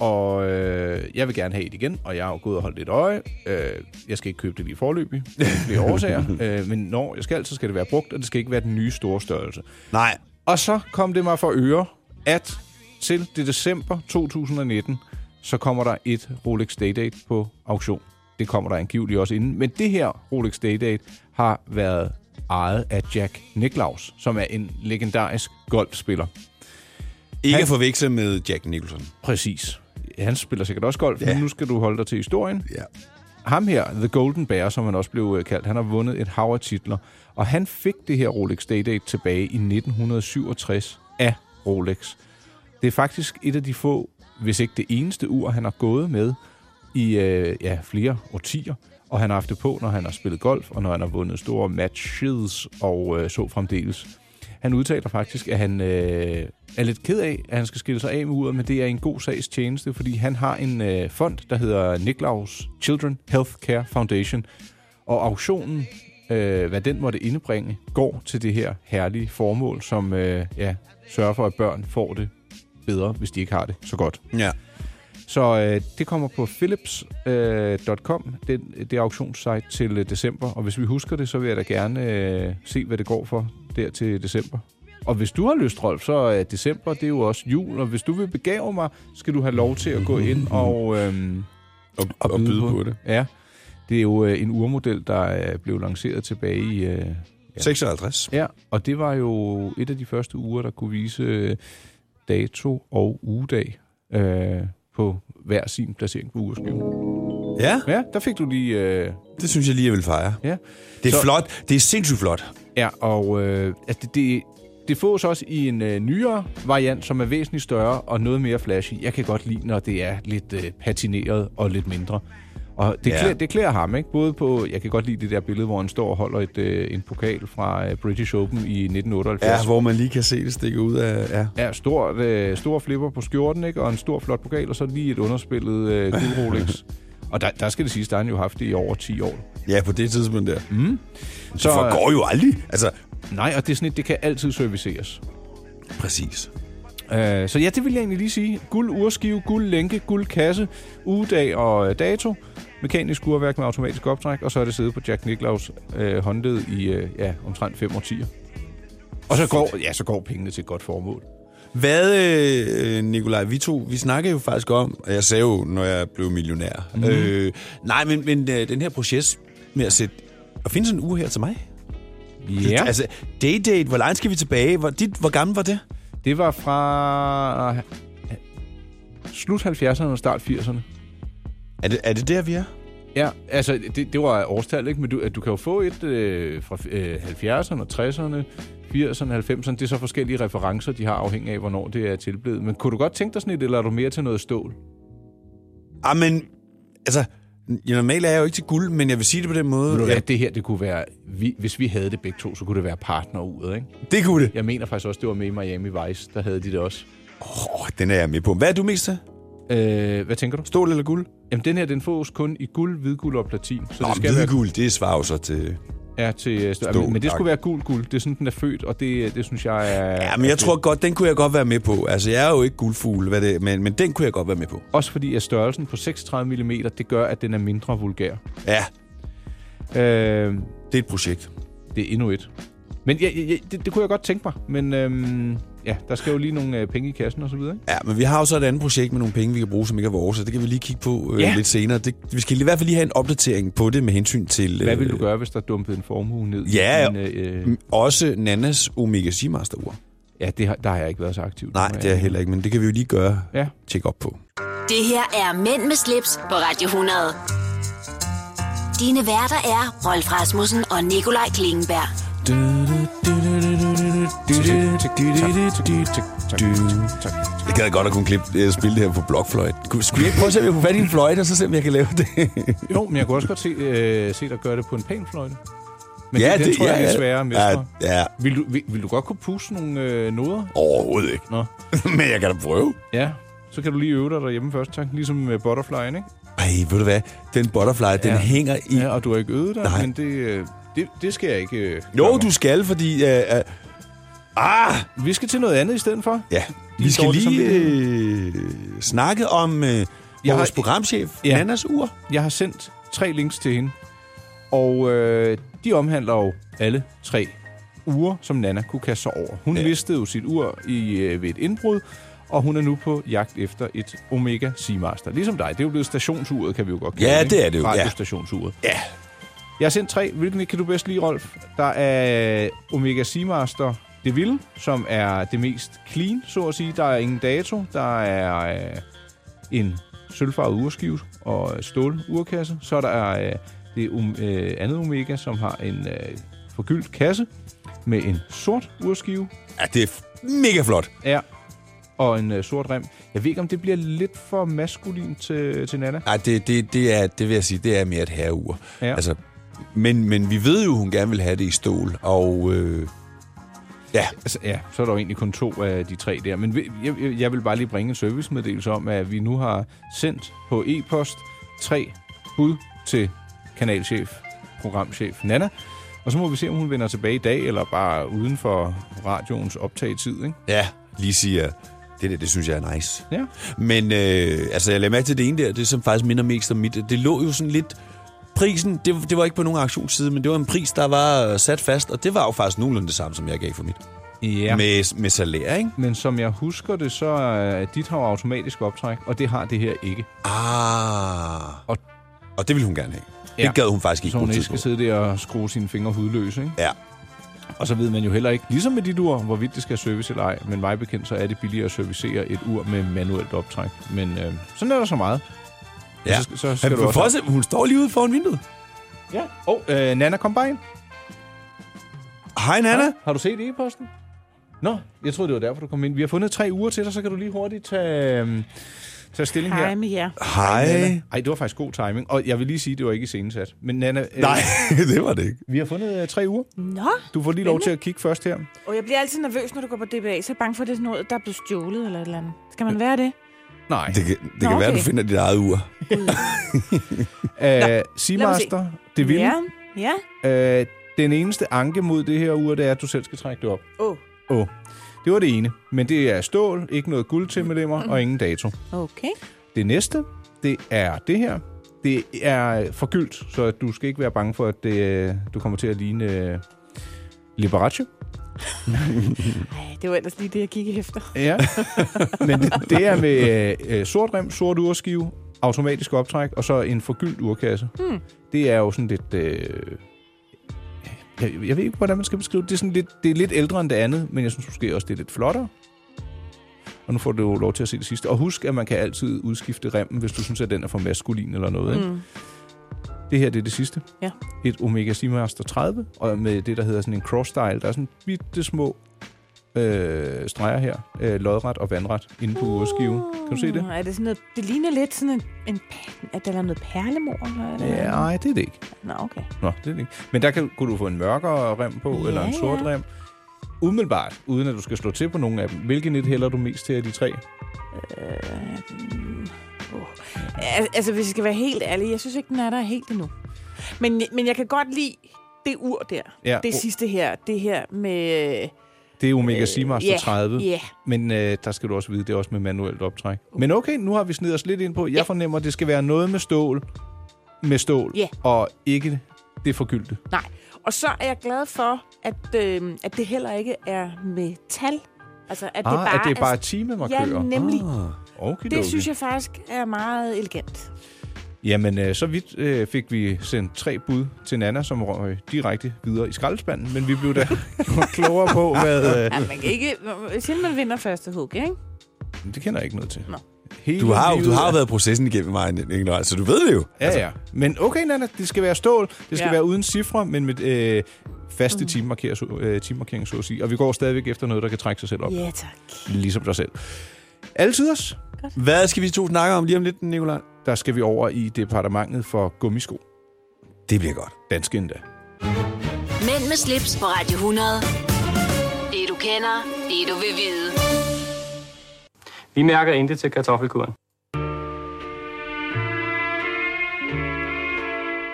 D: Og øh, jeg vil gerne have et igen, og jeg har jo gået og holdt lidt øje. Øh, jeg skal ikke købe det lige forløbig, flere årsager. Øh, men når jeg skal, så skal det være brugt, og det skal ikke være den nye store størrelse.
B: Nej.
D: Og så kom det mig for øre, at til det december 2019, så kommer der et Rolex Day-Date på auktion. Det kommer der angiveligt også inden. Men det her Rolex Day-Date har været ejet af Jack Nicklaus, som er en legendarisk golfspiller.
B: Ikke
D: Han-
B: at forveksle med Jack Nicholson.
D: Præcis. Han spiller sikkert også golf, ja. men nu skal du holde dig til historien.
B: Ja.
D: Ham her, The Golden Bear, som han også blev øh, kaldt, han har vundet et hav af titler. Og han fik det her Rolex Day-Date tilbage i 1967 af Rolex. Det er faktisk et af de få, hvis ikke det eneste ur, han har gået med i øh, ja, flere årtier. Og han har haft det på, når han har spillet golf, og når han har vundet store matches og øh, så fremdeles. Han udtaler faktisk, at han øh, er lidt ked af, at han skal skille sig af med uret, men det er en god sags tjeneste, fordi han har en øh, fond, der hedder Niklaus Children Healthcare Foundation. Og auktionen, øh, hvad den måtte indebringe, går til det her herlige formål, som øh, ja, sørger for, at børn får det bedre, hvis de ikke har det så godt.
B: Ja.
D: Så øh, det kommer på philips.com, øh, .com, den- det er auktionssite til øh, december. Og hvis vi husker det, så vil jeg da gerne øh, se, hvad det går for der til december. Og hvis du har lyst, Rolf, så er december, det er jo også jul. Og hvis du vil begave mig, skal du have lov til at gå ind og... Øh,
B: Og, og, og byde på det.
D: Ja, det er jo øh, en urmodel, der øh, blev lanceret tilbage i... Øh, ja.
B: 56.
D: Ja, og det var jo et af de første uger, der kunne vise øh, dato og ugedag øh, på hver sin placering på ugerskiven.
B: Ja.
D: Ja, der fik du lige... Øh,
B: Det synes jeg lige, jeg vil fejre.
D: ja.
B: Det er
D: Så-
B: så... flot. Det er sindssygt flot.
D: Ja, og øh, altså det, det, det fås også i en øh, nyere variant, som er væsentligt større og noget mere flashy. Jeg kan godt lide, når det er lidt øh, patineret og lidt mindre. Og det,
B: Ja.
D: ja. klæder, det klæder ham, ikke? Både på... Jeg kan godt lide det der billede, hvor han står og holder et, øh, en pokal fra øh, British Open i 1978.
B: hvor man lige kan se det stikke ud af... Ja.
D: Ja, stor, øh, stor flipper på skjorten, ikke? Og en stor flot pokal, og så lige et underspillet øh, gul Rolex. og der, der skal det siges, der har han jo haft det i over 10 år.
B: ja, på det tidspunkt der.
D: Mm.
B: Så... Det forgår jo aldrig. Altså,
D: øh, Nej, og det er sådan et, det kan altid serviceres.
B: præcis.
D: Øh, så ja, det vil jeg egentlig lige sige. Guld urskive, guld lænke, guld kasse, ugedag og øh, dato. Mekanisk urværk med automatisk optræk, og så er det siddet på Jack Nicklaus øh, håndled i øh, ja, omtrent fem årtier. Og så går, ja, så går pengene til et godt formål.
B: Hvad, øh, Nikolaj, vi to, vi snakkede jo faktisk om, og jeg sagde jo, når jeg blev millionær. Mm. Øh, nej, men, men øh, den her proces med at sætte, at finde sådan en uge her til mig.
D: Ja.
B: Altså, day-date, hvor langt skal vi tilbage? Hvor, dit, hvor gammel var det?
D: Det var fra øh, slut 70'erne og start 80'erne.
B: Er det, er det der, vi er?
D: Ja, altså, det, det var årstal, ikke? Men du, du kan jo få et øh, fra øh, 70'erne, 60'erne, 80'erne, 90'erne. Det er så forskellige referencer, de har afhængig af, hvornår det er tilblevet. Men kunne du godt tænke dig sådan et, eller er du mere til noget stål?
B: Ah, men, altså, jeg normalt er jeg jo ikke til guld, men jeg vil sige det på den måde.
D: Ja,
B: Ja,
D: det her, det kunne være... Vi, hvis vi havde det begge to, så kunne det være partner ude, ikke?
B: det kunne det.
D: Jeg mener faktisk også, det var med i Miami Vice, der havde de det også.
B: Åh, den er jeg med på. Hvad er du mest til?
D: Øh, hvad tænker du?
B: Stål eller guld?
D: Jamen, den her, den fås kun i guld, hvidguld og platin. Så
B: Nå,
D: det skal
B: hvid
D: være
B: guld, det svarer jo så til...
D: Ja, til øh, stå-
B: Stål,
D: men, men det
B: tak.
D: skulle være gul guld. Det er sådan, den er født, og det, det synes jeg er...
B: Ja, men jeg tror godt, den kunne jeg godt være med på. Altså, jeg er jo ikke guldfugl, hvad det, men, men den kunne jeg godt være med på.
D: Også fordi, at størrelsen på 36 mm, det gør, at den er mindre vulgær.
B: Ja.
D: Øh,
B: det er et projekt.
D: Det er endnu et. Men ja, ja, ja, det, det kunne jeg godt tænke mig. Men øhm, ja, der skal jo lige nogle øh, penge i kassen og så videre. Ikke?
B: Ja, men vi har jo så et andet projekt med nogle penge, vi kan bruge, som ikke er vores, så det kan vi lige kigge på øh,
D: Ja.
B: lidt senere. Det, vi skal i hvert fald lige have en opdatering på det med hensyn til... øh,
D: Hvad ville du gøre, hvis der dumpede en formue ned?
B: Ja,
D: Men, øh,
B: øh, også Nannas Omega Seamaster ur.
D: Ja, det har, der har jeg ikke været så aktiv.
B: Nej, det har jeg heller ikke, men det kan vi jo lige gøre.
D: Ja.
B: Tjek op på.
A: Det her er Mænd med slips på Radio 100. Dine værter er Rolf Rasmussen og Nikolaj Klingenberg.
B: Jeg gad godt at kunne klippe, øh, spille det her på blokfløjt. Kunne- Skulle vi ikke prøve at se, om jeg kunne fat i en fløjte, og så se, om jeg kan lave det?
D: Jo, men jeg kunne også godt se, øh, se dig gøre det på en pæn fløjte. Men
B: Ja,
D: ja, det,
B: det-
D: det tror jeg
B: ja,
D: er lidt
B: ja.
D: sværere mestre.
B: Ja, ja.
D: Vil, du, vil, vil du godt kunne puste nogle øh, noder?
B: Overhovedet ikke.
D: Nå.
B: men jeg kan da prøve.
D: Ja, så kan du lige øve dig derhjemme først, tak. Ligesom med butterflyen, ikke?
B: Ej, ved du hvad? Den butterfly, ja. den hænger i...
D: Ja, og du har ikke øvet dig,
B: Nej.
D: men det, øh, det, det skal jeg ikke... Øh,
B: Jo, du skal, fordi... Øh, øh, ah!
D: Vi skal til noget andet i stedet for.
B: Ja, vi skal
D: dårlige
B: lige øh, snakke om øh, vores
D: Jeg
B: har...
D: har-
B: programchef, ja.
D: Ja.
B: Nannas ur.
D: Jeg har sendt tre links til hende, og øh, de omhandler jo alle tre uger, som Nana kunne kaste sig over. Hun ja. mistede jo sit ur i, øh, ved et indbrud, og hun er nu på jagt efter et Omega Seamaster. Ligesom dig. Det er jo blevet stationsuret, kan vi jo godt
B: Ja,
D: ikke?
B: det er det jo, ja.
D: Radiostationsuret.
B: Ja.
D: Jeg har sendt tre. Hvilken kan du bedst lide, Rolf? Der er Omega Seamaster Deville, som er det mest clean, så at sige. Der er ingen dato. Der er øh, en sølvfarvet urskive og øh, stålurkasse. Så der er øh, det um, øh, andet Omega, som har en øh, forgyldt kasse med en sort urskive.
B: Ja, ah, det er f- mega flot.
D: Ja, og en øh, sort rem. Jeg ved ikke, om det bliver lidt for maskulin til, til Nana.
B: Nej, Ah, det, det, det, er, det vil jeg sige, det er mere et herreur.
D: Ja.
B: Altså, men, men vi ved jo, hun gerne vil have det i stål, og... Øh, ja,
D: Altså, ja, så er der jo egentlig kun to af de tre der. Men vi- jeg, jeg- jeg vil bare lige bringe en servicemeddelelse om, at vi nu har sendt på e-post tre bud til kanalchef, programchef Nana. Og så må vi se, om hun vender tilbage i dag, eller bare uden for radioens optagetid, ikke?
B: ja, lige siger, det der, det synes jeg er nice.
D: Ja.
B: Men øh, altså, jeg lagde mærke til det ene der, det som faktisk minder mest om mit, det lå jo sådan lidt... Prisen, det, det var ikke på nogen auktionsside, men det var en pris, der var øh, sat fast, og det var jo faktisk nogenlunde det samme, som jeg gav for mit.
D: Ja.
B: Med, med salær, ikke?
D: Men som jeg husker det, så er dit har jo automatisk optræk, og det har det her ikke.
B: Ah.
D: Og,
B: og det ville hun gerne have. Ja. Det gad hun faktisk ikke
D: Så hun
B: bruge
D: ikke
B: tid
D: skal
B: på.
D: sidde der og skrue sine fingre hudløse, ikke?
B: Ja.
D: Og så ved man jo heller ikke, ligesom med dit ur, hvorvidt det skal service eller ej. Men mig bekendt, så er det billigere at servicere et ur med manuelt optræk. Men øh, sådan er der så meget. Og
B: Ja.
D: Så, skal- så
B: Han,
D: skal du også...
B: også... Hun står lige ude foran vinduet.
D: Ja. Og oh, øh, Nana, kom bare ind.
B: Hej, Nana.
D: Har du set e-posten? Nå, jeg troede, det var derfor, du kom ind. Vi har fundet tre uger til dig, så kan du lige hurtigt tage, øh, tage stilling her.
O: Hej med jer.
B: Hej.
D: Nana. Ej, det var faktisk god timing. Og jeg vil lige sige, det var ikke iscenesat. Men Nana... Øh,
B: Nej, det var det ikke.
D: Vi har fundet øh, tre uger.
O: Nå,
D: Du får lige lov til at kigge først her.
O: og jeg bliver altid nervøs, når du går på DBA, så er jeg bange for, at det er sådan noget, der er blevet stjålet eller et eller andet. Skal man være det?
D: Nej.
B: Det kan, det
O: Nå,
B: kan okay. være, du
O: okay.
B: finder dit eget ur.
D: Øh, Seamaster, det vil.
O: Ja, ja.
D: Øh, den eneste anke mod det her ur, det er, at du selv skal trække det op.
O: Åh, oh,
D: Åh, oh. det var det ene. Men det er stål, ikke noget guld til medlemmer og ingen dato.
O: okay.
D: Det næste, det er det her. Det er forgyldt, så du skal ikke være bange for, at det, øh, du kommer til at ligne øh, Liberace.
O: Ej, det var ellers lige det, jeg kiggede efter.
D: Ja. Men det, det er med øh, øh, sort rem, sort urskive, automatisk optræk og så en forgyldt urkasse.
O: Hmm.
D: Det er jo sådan lidt... Øh, jeg, jeg ved ikke, hvordan man skal beskrive det. Det er, sådan lidt, det er lidt ældre end det andet, men jeg synes måske også, det er lidt flottere. Og nu får du jo lov til at se det sidste. Og husk, at man kan altid udskifte remmen, hvis du synes, at den er for maskulin eller noget. Ikke?
O: Mm.
D: Det her det er det sidste.
O: Ja.
D: Et Omega Seamaster 30, og med det, der hedder sådan en cross-style. Der er sådan bitte små øh, streger her. Øh, lodret og vandret inde på urskiven. Kan du se det?
O: Mm, Er det sådan noget, det ligner lidt sådan en, en pa- at der er noget perlemor? Eller, eller
D: Ja, nej, det er det ikke.
O: Nå, okay.
D: Nå, det er det ikke. Men der kan, kunne du få en mørkere rem på,
O: Ja,
D: eller en sort
O: ja.
D: rem. umiddelbart, uden at du skal slå til på nogen af dem. Hvilken et hælder du mest til af de tre?
O: Al- Altså, hvis jeg skal være helt ærlig, jeg synes ikke, den er der helt endnu. Men, men jeg kan godt lide det ur der.
D: Ja.
O: Det sidste her. Det her med...
D: Det er Omega Seamaster
O: Øh, ja,
D: 30.
O: ja.
D: Men øh, der skal du også vide, det er også med manuelt optræk. Men okay, nu har vi snedet os lidt ind på. Jeg fornemmer, det skal være noget med stål, med stål,
O: Ja.
D: og ikke det forgyldte.
O: Nej. Og så er jeg glad for, at, øh, at det heller ikke er metal. Altså, at det
D: Ah,
O: bare
D: at det er bare
O: altså-
D: timemarkører.
O: Ja, nemlig.
D: Ah, okay,
O: Det synes jeg faktisk er meget elegant.
D: Jamen, øh, så vidt øh, fik vi sendt tre bud til Nana, som røg direkte videre i skraldespanden, men vi blev da klogere på, hvad... Øh,
O: Ja, man kan ikke... Siden man vinder første hug, ikke?
D: det kender jeg ikke noget til.
O: Nå.
D: Hele
B: Du har, jo,
D: livet
B: du har jo
D: er-
B: været processen igennem mig, Nikolaj, så du ved det jo.
D: Ja, ja. Men okay, Nana, det skal være stål. Det skal ja.
O: Ja. Mm.
D: være uden cifre, men med øh, faste timemarkeringer, så, øh, timemarkeringer, så at sige. Og vi går stadigvæk efter noget, der kan trække sig selv op.
O: Ja, tak.
D: Ligesom dig selv. Alle tiders.
B: Hvad skal vi to snakke om lige om lidt, Nikolaj?
D: Der skal vi over i departementet for gummisko.
B: Det bliver godt.
D: Dansk endda.
A: Mænd med slips på Radio 100. Det du kender, det du vil vide.
C: Vi mærker intet til kartoffelkuren.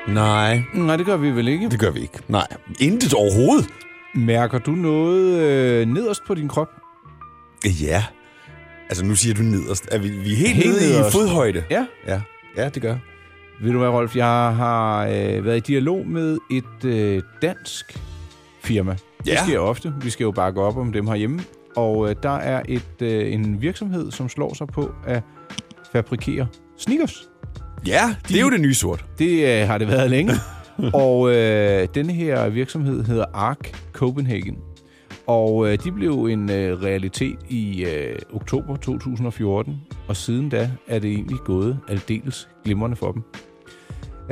B: Nej.
D: Nej, det gør vi vel ikke?
B: Det gør vi ikke. Nej. Intet overhovedet.
D: Mærker du noget øh, nederst på din krop?
B: Ja. Altså, nu siger du nederst. Er vi, vi er helt,
D: Helt
B: helt nede
D: nederst.
B: i fodhøjde.
D: Ja.
B: Ja. Ja, det gør.
D: Ved du hvad, Rolf? Jeg har øh, været i dialog med et øh, dansk firma. Ja. Det
B: Ja.
D: sker ofte. Vi skal jo bare gå op om dem herhjemme. Og øh, der er et øh, en virksomhed, som slår sig på at fabrikere sneakers.
B: Ja, det er jo det nye sort.
D: Det øh, har det været længe. og øh, denne her virksomhed hedder Ark Copenhagen. Og øh, de blev en øh, realitet i øh, oktober 2014, og siden da er det egentlig gået aldeles glimrende for dem.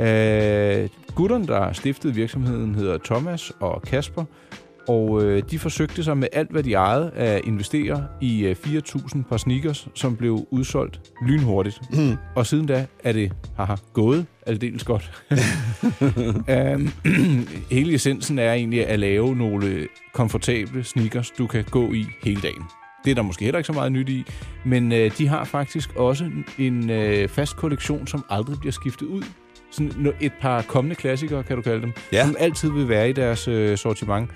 D: Øh, gutterne, der stiftede virksomheden, hedder Thomas og Kasper, og øh, de forsøgte sig med alt, hvad de ejede, at investere i øh, 4.000 par sneakers, som blev udsolgt lynhurtigt. Mm. Og siden da er det haha, gået aldeles godt. Øhm, hele essensen er egentlig at lave nogle komfortable sneakers, du kan gå i hele dagen. Det er der måske heller ikke så meget nyt i, men øh, de har faktisk også en øh, fast kollektion, som aldrig bliver skiftet ud. Sådan no- et par kommende klassikere, kan du kalde dem,
B: Ja.
D: som altid vil være i deres øh, sortiment.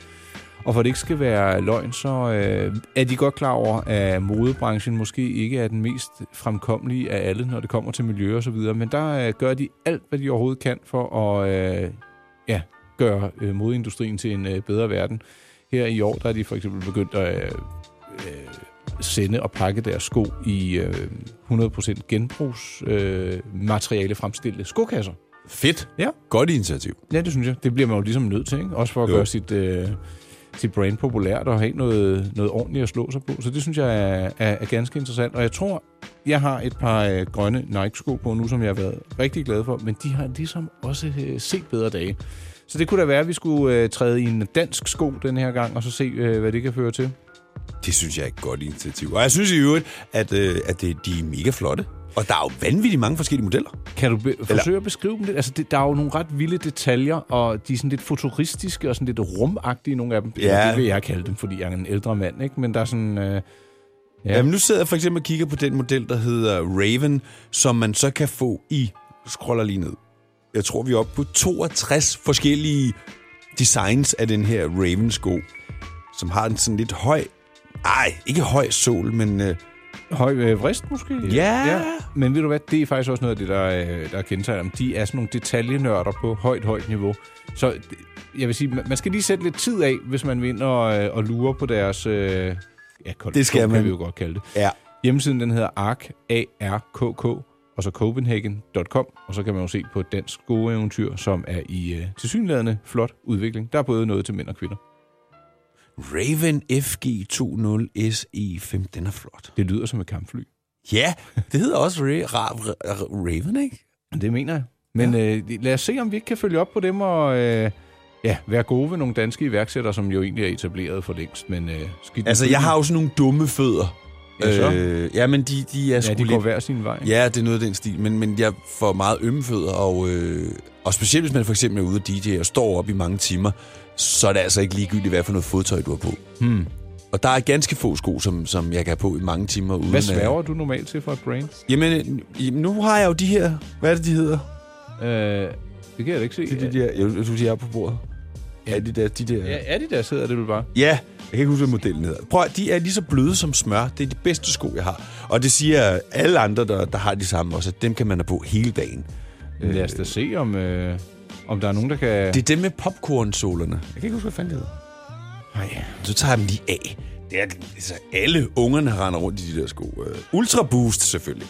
D: Og for at det ikke skal være løgn, så øh, er de godt klar over, at modebranchen måske ikke er den mest fremkommelige af alle, når det kommer til miljø og så videre. Men der øh, gør de alt, hvad de overhovedet kan for at øh, ja, gøre øh, modeindustrien til en øh, bedre verden. Her i år, der er de for eksempel begyndt at øh, øh, sende og pakke deres sko i øh, 100% genbrugsmateriale øh, materiale fremstillede skokasser.
B: Fedt.
D: Ja.
B: Godt initiativ.
D: Ja, det synes jeg. Det bliver man jo ligesom nødt til, ikke? Også for at
B: Jo.
D: jo. gøre sit, øh, sit brand populært og have noget, noget ordentligt at slå sig på. Så det synes jeg er, er, er ganske interessant. Og jeg tror, jeg har et par øh, grønne Nike-sko på nu, som jeg har været rigtig glad for, men de har ligesom også øh, set bedre dage. Så det kunne da være, at vi skulle øh, træde i en dansk sko den her gang, og så se, øh, hvad det kan føre til.
B: Det synes jeg er et godt initiativ. Og jeg synes i øvrigt, at, øh, at det, de er mega flotte. Og der er jo vanvittigt mange forskellige modeller.
D: Kan du be- forsøge at beskrive dem lidt? Altså, det, der er jo nogle ret vilde detaljer, og de er sådan lidt futuristiske og sådan lidt rumagtige, nogle af dem.
B: Ja.
D: Det vil jeg kalde dem, fordi jeg er en ældre mand, ikke? Men der er sådan... Øh,
B: Ja. Jamen, nu sidder jeg for eksempel og kigger på den model, der hedder Raven, som man så kan få i... Jeg Scroller lige ned. Jeg tror, vi er oppe på 62 forskellige designs af den her Raven-sko, som har en sådan lidt høj... Ej, ikke høj sål, men... Øh,
D: Høj øh, vrist måske?
B: Ja.
D: Men ved du hvad, det er faktisk også noget af det, der, øh, der kendetegner dem. De er sådan nogle detaljenørder på højt, højt niveau. Så øh, jeg vil sige, man man skal lige sætte lidt tid af, hvis man vil ind og, øh, og lure på deres... Øh, ja, kollektion,
B: Det skal
D: kan
B: man.
D: vi jo godt kalde det.
B: Ja.
D: Hjemmesiden den hedder ark, A-R-K-K, og så copenhagen.com, og så kan man jo se på et dansk gode eventyr, som er i øh, tilsyneladende flot udvikling. Der er både noget til mænd og kvinder.
B: Raven FG20 SE5, E den er flot.
D: Det lyder som et kampfly.
B: Ja, det hedder også Ra- Ra- Ra- Raven, ikke?
D: Det mener jeg. Men ja. øh, lad os se, om vi ikke kan følge op på dem og øh, ja, være gode ved nogle danske iværksættere, som jo egentlig er etableret for længst. Men, øh, skidt med
B: Altså,
D: flyet.
B: jeg har jo sådan nogle dumme fødder. Ja,
D: så?
B: øh, ja men de, de er
D: Ja,
B: sgu
D: de går
B: lidt...
D: hver sin vej.
B: Ja, det er noget af den stil. Men, men jeg får meget ømme fødder, og, øh, og specielt hvis man for eksempel er ude og DJ og står op i mange timer, så er det altså ikke ligegyldigt, hvad for noget fodtøj du har på.
D: Hmm.
B: Og der er ganske få sko, som, som jeg kan have på i mange timer. Uden
D: Hvad
B: at-
D: sværger du normalt til for et brain?
B: Jamen, øh, nu har jeg jo de her... Hvad er det, de hedder?
D: Øh, det kan jeg da ikke se.
B: Det er de der... Jeg, du, de er på bordet. Ja, de der... De der
D: Ja, Adidas hedder det vel bare.
B: Ja, jeg kan ikke huske, hvad modellen hedder. Prøv at- de er lige så bløde som smør. Det er de bedste sko, jeg har. Og det siger alle andre, der, der har de samme også, at dem kan man have på hele dagen.
D: Lad os da se, om, øh, om der er nogen, der kan...
B: Det er dem med popcorn-solerne. Jeg kan ikke huske, hvad fanden det hedder. Nej. Så tager jeg dem lige af. Det er, altså, alle ungerne render rundt i de der sko. Øh, Ultra Boost, selvfølgelig.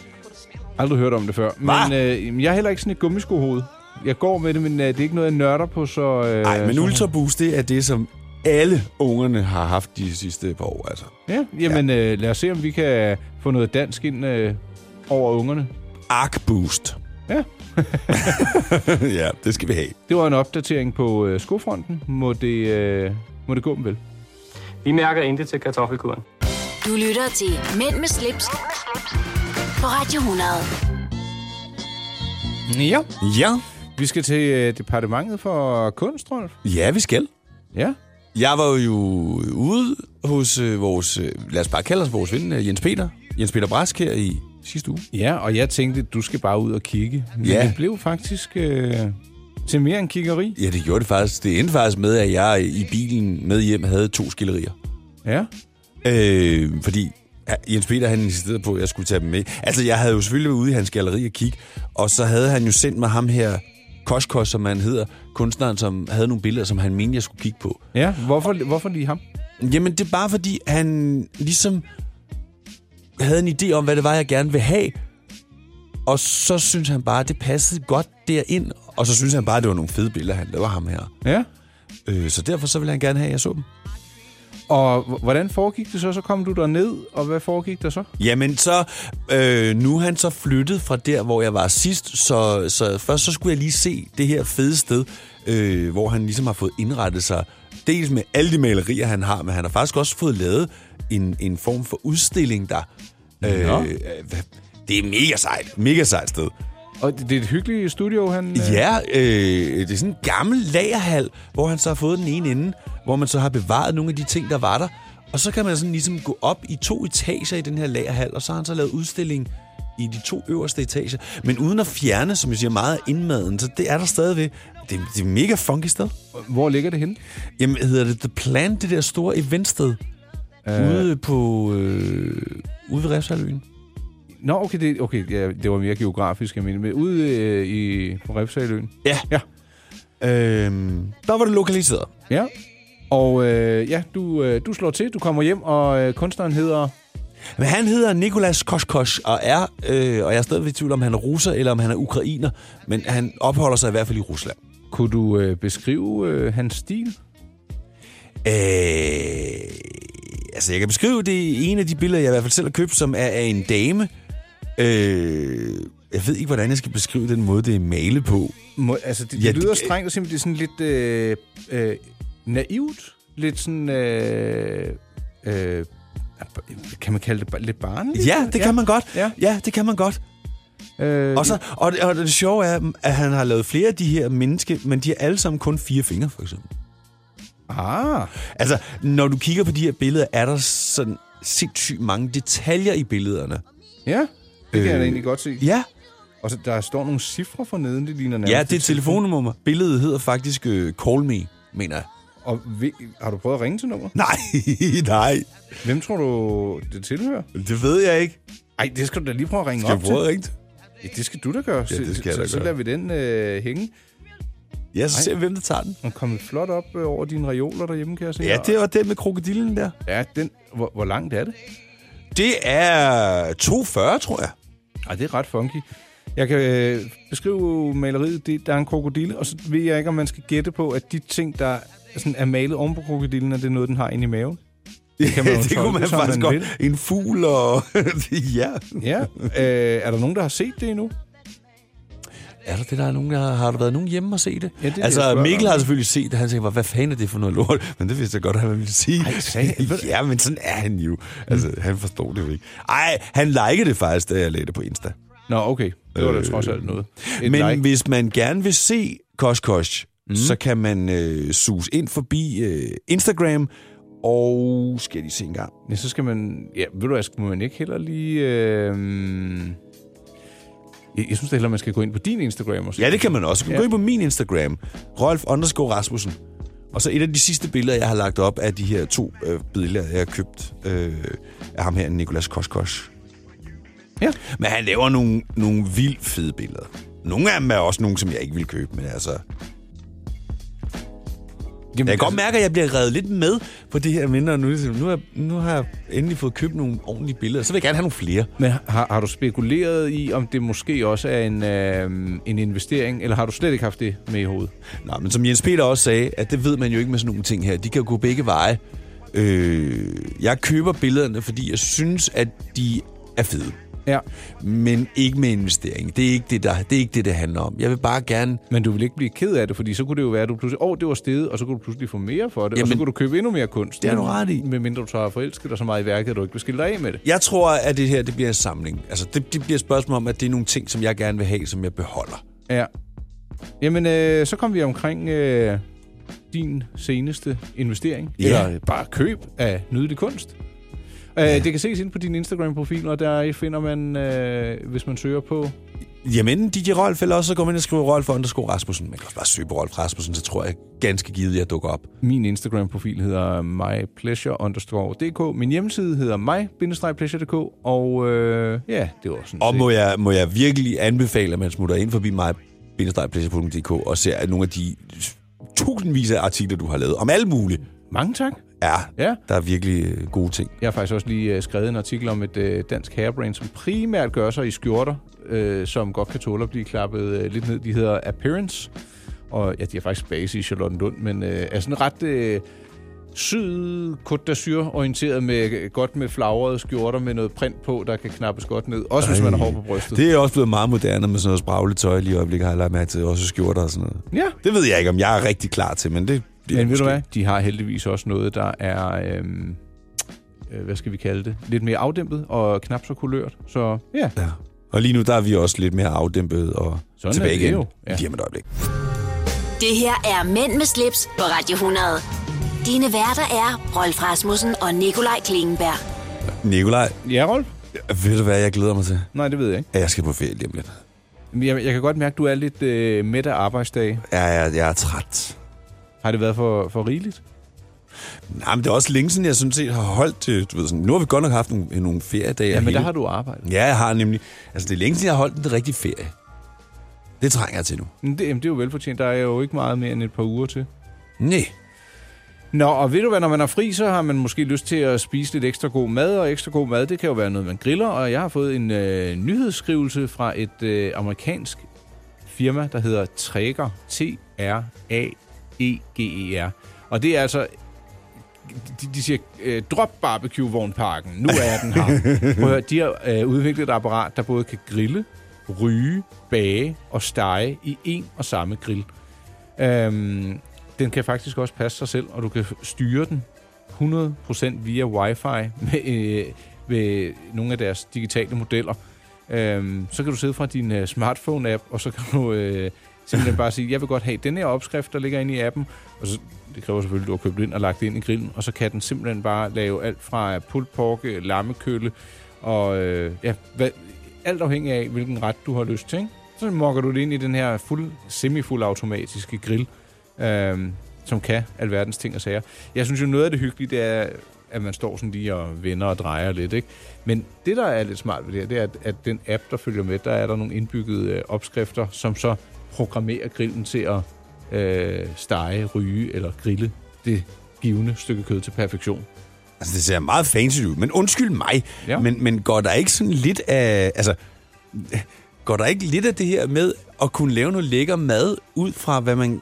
D: Aldrig hørt om det før. Men øh, jamen, jeg er heller ikke sådan et gummiskohoved. Jeg går med det, men øh, det er ikke noget, jeg nørder på, så... Nej,
B: Men Ultra Boost, det er det, som alle ungerne har haft de sidste par år, altså.
D: Ja, jamen Øh, lad os se, om vi kan få noget dansk ind øh, over ungerne.
B: Ark Boost.
D: Ja.
B: ja, det skal vi have.
D: Det var en opdatering på øh, skofronten. Må det, øh, må det gå dem vel?
C: Vi mærker intet til kartoffelkuren.
A: Du lytter til Mænd med slips, på Radio 100.
D: Ja.
B: Ja.
D: Vi skal til øh, departementet for kunst, Rolf.
B: Ja, vi skal.
D: Ja.
B: Jeg var jo ude hos øh, vores, øh, lad os bare kalde os vores ven, øh, Jens Peter. Jens Peter Brask her i sidste uge.
D: Ja, og jeg tænkte, du skal bare ud og kigge. Men
B: Ja.
D: det blev faktisk øh, til mere end kiggeri.
B: Ja, det gjorde det faktisk. Det endte faktisk med, at jeg i bilen med hjem havde to skillerier.
D: Ja.
B: Øh, fordi ja, Jens Peter, han insisterede på, at jeg skulle tage dem med. Altså, jeg havde jo selvfølgelig været ude i hans galleri og kigge, og så havde han jo sendt mig ham her, Koskos, som han hedder, kunstneren, som havde nogle billeder, som han mente, jeg skulle kigge på.
D: Ja, hvorfor, hvorfor lige ham?
B: Jamen, det er bare fordi, han ligesom havde en idé om, hvad det var, jeg gerne ville have. Og så synes han bare, at det passede godt derind. Og så synes han bare, at det var nogle fede billeder, han lavede ham her.
D: Ja.
B: Øh, så derfor så ville han gerne have, at jeg så dem.
D: Og h- hvordan foregik det så? Så kom du der ned, og hvad foregik der så?
B: Jamen så, øh, nu er han så flyttet fra der, hvor jeg var sidst, så, så først så skulle jeg lige se det her fede sted, øh, hvor han ligesom har fået indrettet sig, dels med alle de malerier, han har, men han har faktisk også fået lavet en, en form for udstilling der. Øh,
D: Nå.
B: øh, hvad- det er mega sejt, mega sejt sted.
D: Og det, det er et hyggeligt studio, han...
B: Ja, øh, det er sådan en gammel lagerhal, hvor han så har fået den ene ende, hvor man så har bevaret nogle af de ting, der var der. Og så kan man sådan ligesom gå op i to etager i den her lagerhal, og så har han så lavet udstilling i de to øverste etager. Men uden at fjerne, som jeg siger, meget af indmaden, så det er der stadigvæk. Det, det er et mega funky sted.
D: Hvor ligger det henne?
B: Jamen, hedder det The Plan, det der store eventsted? Øh. Ude på... Øh, ude ved Refsaløen.
D: Nå, okay, det, okay ja, det var mere geografisk, jeg mener. Men ude øh, i, på Refsaløen.
B: Ja.
D: ja.
B: Øhm, der var det lokaliseret.
D: Ja. Og øh, ja, du, øh, du slår til, du kommer hjem, og øh, kunstneren hedder...
B: Men han hedder Nikolas Koskos og er, øh, og jeg er stadigvæk i tvivl om, han er russer eller om han er ukrainer, men han opholder sig i hvert fald i Rusland.
D: Kunne du øh, beskrive øh, hans stil?
B: Øh, altså, jeg kan beskrive det ene af de billeder, jeg i hvert fald selv har købt, som er af en dame. Øh, jeg ved ikke, hvordan jeg skal beskrive den måde, det er malet på.
D: Må, altså, det, det
B: Ja,
D: ja,
B: det-
D: lyder det, strengt og simpelthen det er sådan lidt øh, øh, naivt. Lidt sådan... Øh, øh, kan man kalde det ba- lidt barnligt?
B: Ja, det kan man godt.
D: Ja.
B: Ja, det kan man godt.
D: Øh,
B: Og, så, og, det, og det sjove er, at han har lavet flere af de her menneske, men de har alle sammen kun fire fingre, for eksempel.
D: Ah.
B: Altså, når du kigger på de her billeder, er der sådan sindssygt mange detaljer i billederne.
D: Ja, det kan øh, jeg da
B: Øh,
D: egentlig godt se.
B: Ja.
D: Og så der står nogle cifre for neden, det ligner nærmest.
B: Ja,
D: et
B: det er et telefonnummer. Billedet hedder faktisk øh, Call Me, mener jeg.
D: Og vi, har du prøvet at ringe til nummer?
B: Nej, nej.
D: Hvem tror du, det tilhører?
B: Det ved jeg ikke.
D: Ej, det skal du da lige prøve at ringe
B: Skal jeg
D: op
B: prøve at
D: til.
B: ringe til?
D: Ja, det skal du da gøre.
B: Ja, det skal jeg
D: så,
B: da
D: så,
B: gøre.
D: lader vi den øh, hænge.
B: Ja, så ser vi, hvem der tager den.
D: Den er kommet flot op øh, over dine reoler derhjemme, kan jeg se.
B: Ja, det var den med krokodillen der.
D: Ja, den, hvor, hvor langt er det?
B: Det er 2,40, tror jeg.
D: Ej, det er ret funky. Jeg kan øh, beskrive maleriet. Det, der er en krokodille, og så ved jeg ikke, om man skal gætte på, at de ting, der sådan, er malet oven på krokodillen, er det noget, den har inde i maven. kan man jo
B: det kunne
D: tolke,
B: man
D: som
B: faktisk
D: man
B: godt.
D: vil.
B: En fugl og... ja.
D: Ja. Øh, er der nogen, der har set det endnu?
B: Er der det, der er nogen, der har, har der været nogen hjemme og se det?
D: Ja, det vil jeg
B: altså,
D: spørge
B: Mikkel
D: om.
B: har selvfølgelig set det. Han tænker bare, hvad fanden er det for noget lort? Men det vidste jeg godt, at han ville sige. Ej, ja, men sådan er han
D: Mm.
B: jo. Altså, han forstod det jo ikke. Ej, han likede det faktisk, da jeg lagde det på Insta.
D: Nå, okay. Det var da trods alt noget. Et
B: men
D: like.
B: hvis man gerne vil se Kosh Kosh, mm. så kan man øh, sus ind forbi øh, Instagram, og skal de se en gang.
D: Ja, så skal man... Ja, ved du hvad, skal man ikke heller lige... Øh... Jeg, jeg synes da heller, man skal gå ind på din Instagram. Og se
B: Ja, det kan man også. Gå ind på min Instagram, Rolf underscore Rasmussen. Og så et af de sidste billeder, jeg har lagt op, er de her to øh, billeder, jeg har købt øh, af ham her, Nikolas Koskos.
D: Ja.
B: Men han laver nogle, nogle vildt fede billeder. Nogle af dem er også nogle, som jeg ikke vil købe, men altså... Jamen, jeg kan altså... godt mærke, at jeg bliver reddet lidt med på det her mindre. Nu, nu, har, nu har jeg endelig fået købt nogle ordentlige billeder. Så vil jeg gerne have nogle flere.
D: Men har, har du spekuleret i, om det måske også er en, øh, en investering, eller har du slet ikke haft det med i hovedet?
B: Nej, men som Jens Peter også sagde, at det ved man jo ikke med sådan nogle ting her. De kan jo gå begge veje. Øh, jeg køber billederne, fordi jeg synes, at de er fede.
D: Ja.
B: Men ikke med investering. Det er ikke det, der, det, er ikke det, det handler om. Jeg vil bare gerne...
D: Men du vil ikke blive ked af det, fordi så kunne det jo være, at du pludselig... Åh, oh, det var steget, og så kunne du pludselig få mere for det, Jamen, og så
B: Jamen,
D: kunne du købe endnu mere kunst.
B: det har du ret i.
D: Medmindre du så har forelsket dig så meget i værket, at du ikke vil skille dig af med det.
B: Jeg tror, at det her det bliver en samling. Altså, det, det bliver et spørgsmål om, at det er nogle ting, som jeg gerne vil have, som jeg beholder.
D: Ja. Jamen, øh, så kom vi omkring øh, din seneste investering.
B: Ja.
D: Eller bare køb af nydelig kunst. Ja. Øh, det kan ses ind på din Instagram-profil, og der finder man, øh, hvis man søger på...
B: Jamen, DJ Rolf, eller også så går man ind og skriver Rolf underscore Rasmussen. Man kan også bare søge på Rolf Rasmussen, så tror jeg ganske givet, at jeg dukker op.
D: Min Instagram-profil hedder mypleasure_dk. Min hjemmeside hedder my-pleasure.dk, og øh, ja, det var sådan
B: Og
D: set-
B: må jeg, må jeg virkelig anbefale, at man smutter ind forbi mig pleasuredk og ser at nogle af de tusindvis af artikler, du har lavet om alt muligt.
D: Mange tak.
B: Ja,
D: Ja.
B: der er virkelig øh, gode ting.
D: Jeg har faktisk også lige øh, skrevet en artikel om et øh, dansk hairbrand, som primært gør sig i skjorter, øh, som godt kan tåle at blive klappet øh, lidt ned. De hedder Appearance, og ja, de er faktisk base i Charlottenlund, men øh, er sådan ret øh, syd Côte d'Azur orienteret med øh, godt med flagrede skjorter med noget print på, der kan knappes godt ned, også Ej. hvis man har hår på brystet.
B: Det er også blevet meget moderne med sådan noget spraglet tøj lige i øjeblikket, har jeg lagt mærke til. Også skjorter og sådan noget.
D: Ja.
B: Det ved jeg ikke, om jeg er rigtig klar til, men det... det
D: Men ved du hvad, de har heldigvis også noget, der er, øhm, øh, hvad skal vi kalde det, lidt mere afdæmpet og knap så kulørt. Så ja,
B: Ja. Og lige nu, der er vi også lidt mere afdæmpet og
D: Sådan er
B: tilbage
D: det
B: igen.
D: jo. Ja.
B: Lige om et øjeblik.
A: Det her er Mænd med slips på Radio 100. Dine værter er Rolf Rasmussen og Nikolaj Klingenberg.
B: Nikolaj,
D: ja Rolf?
B: ved du hvad, jeg glæder mig til?
D: Nej, det ved jeg ikke.
B: At jeg skal på ferie lige om lidt.
D: Men Jeg, jeg kan godt mærke, at du er lidt øh, midt af arbejdsdag.
B: Ja, jeg, jeg er træt.
D: Har det været for, for rigeligt?
B: Nej, men det er også længe siden, jeg sådan set har holdt det. Du ved, sådan, nu har vi godt nok haft nogle, øh, nogle feriedage.
D: Ja,
B: og
D: men
B: hele-
D: der har du arbejdet.
B: Ja, jeg har nemlig... Altså, det er længe siden, jeg har holdt en rigtig ferie. Det trænger jeg til nu.
D: Men det, jamen, det er jo velfortjent. Der er jo ikke meget mere end et par uger til.
B: Nej.
D: Nå, og ved du hvad, når man er fri, så har man måske lyst til at spise lidt ekstra god mad, og ekstra god mad, det kan jo være noget, man griller, og jeg har fået en øh, nyhedsskrivelse fra et øh, amerikansk firma, der hedder Traeger, E T-R-A-E-G-E-R. Og det er altså, de, de siger, øh, drop barbecue-vognparken, nu er den her. Prøv at høre, de har øh, udviklet et apparat, der både kan grille, ryge, bage og stege i en og samme grill. Øhm, den kan faktisk også passe sig selv, og du kan styre den 100% via wifi med, øh, med nogle af deres digitale modeller. Øhm, så kan du sidde fra din øh, smartphone-app, og så kan du øh, simpelthen bare sige, jeg vil godt have den her opskrift, der ligger inde i appen. Og så, det kræver selvfølgelig, at du har købt det ind og lagt det ind i grillen, og så kan den simpelthen bare lave alt fra pulled pork, øh, lammekølle, og øh, ja, hvad, alt afhængig af, hvilken ret du har lyst til. Ikke? Så mokker du det ind i den her fuld, semi-fuld automatiske grill, øhm, som kan alverdens ting og sager. Jeg synes jo, noget af det hyggelige, det er, at man står sådan lige og vender og drejer lidt. Ikke? Men det, der er lidt smart ved det her, det er, at, at den app, der følger med, der er der nogle indbyggede øh, opskrifter, som så programmerer grillen til at øh, stege, ryge eller grille det givende stykke kød til perfektion.
B: Altså, det ser meget fancy ud. Men undskyld mig,
D: Ja.
B: ja. men, men går der ikke sådan lidt af... Altså, går der ikke lidt af det her med at kunne lave noget lækker mad ud fra, hvad man...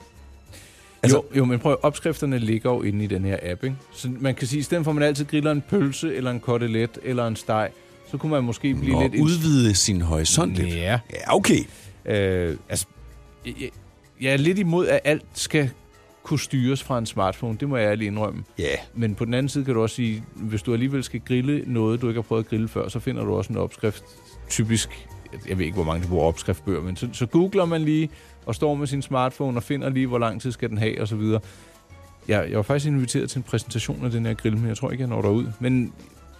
D: Altså, jo, jo, men prøv at- opskrifterne ligger jo inde i den her app, ikke? Så man kan sige, at i stedet for at man altid griller en pølse, eller en kotelet, eller en steg, så kunne man måske blive
B: Nå,
D: lidt...
B: udvide sin horisont lidt.
D: Ja.
B: Ja, okay.
D: Øh, altså, jeg, jeg- jeg er lidt imod, at alt skal kunne styres fra en smartphone. Det må jeg ærligt indrømme.
B: Ja. Yeah.
D: Men på den anden side kan du også sige, hvis du alligevel skal grille noget, du ikke har prøvet at grille før, så finder du også en opskrift. Typisk, jeg ved ikke, hvor mange der bruger opskriftbøger, men så, så googler man lige og står med sin smartphone og finder lige, hvor lang tid skal den have osv. Jeg, jeg var faktisk inviteret til en præsentation af den her grill, men jeg tror ikke, jeg når derud. Men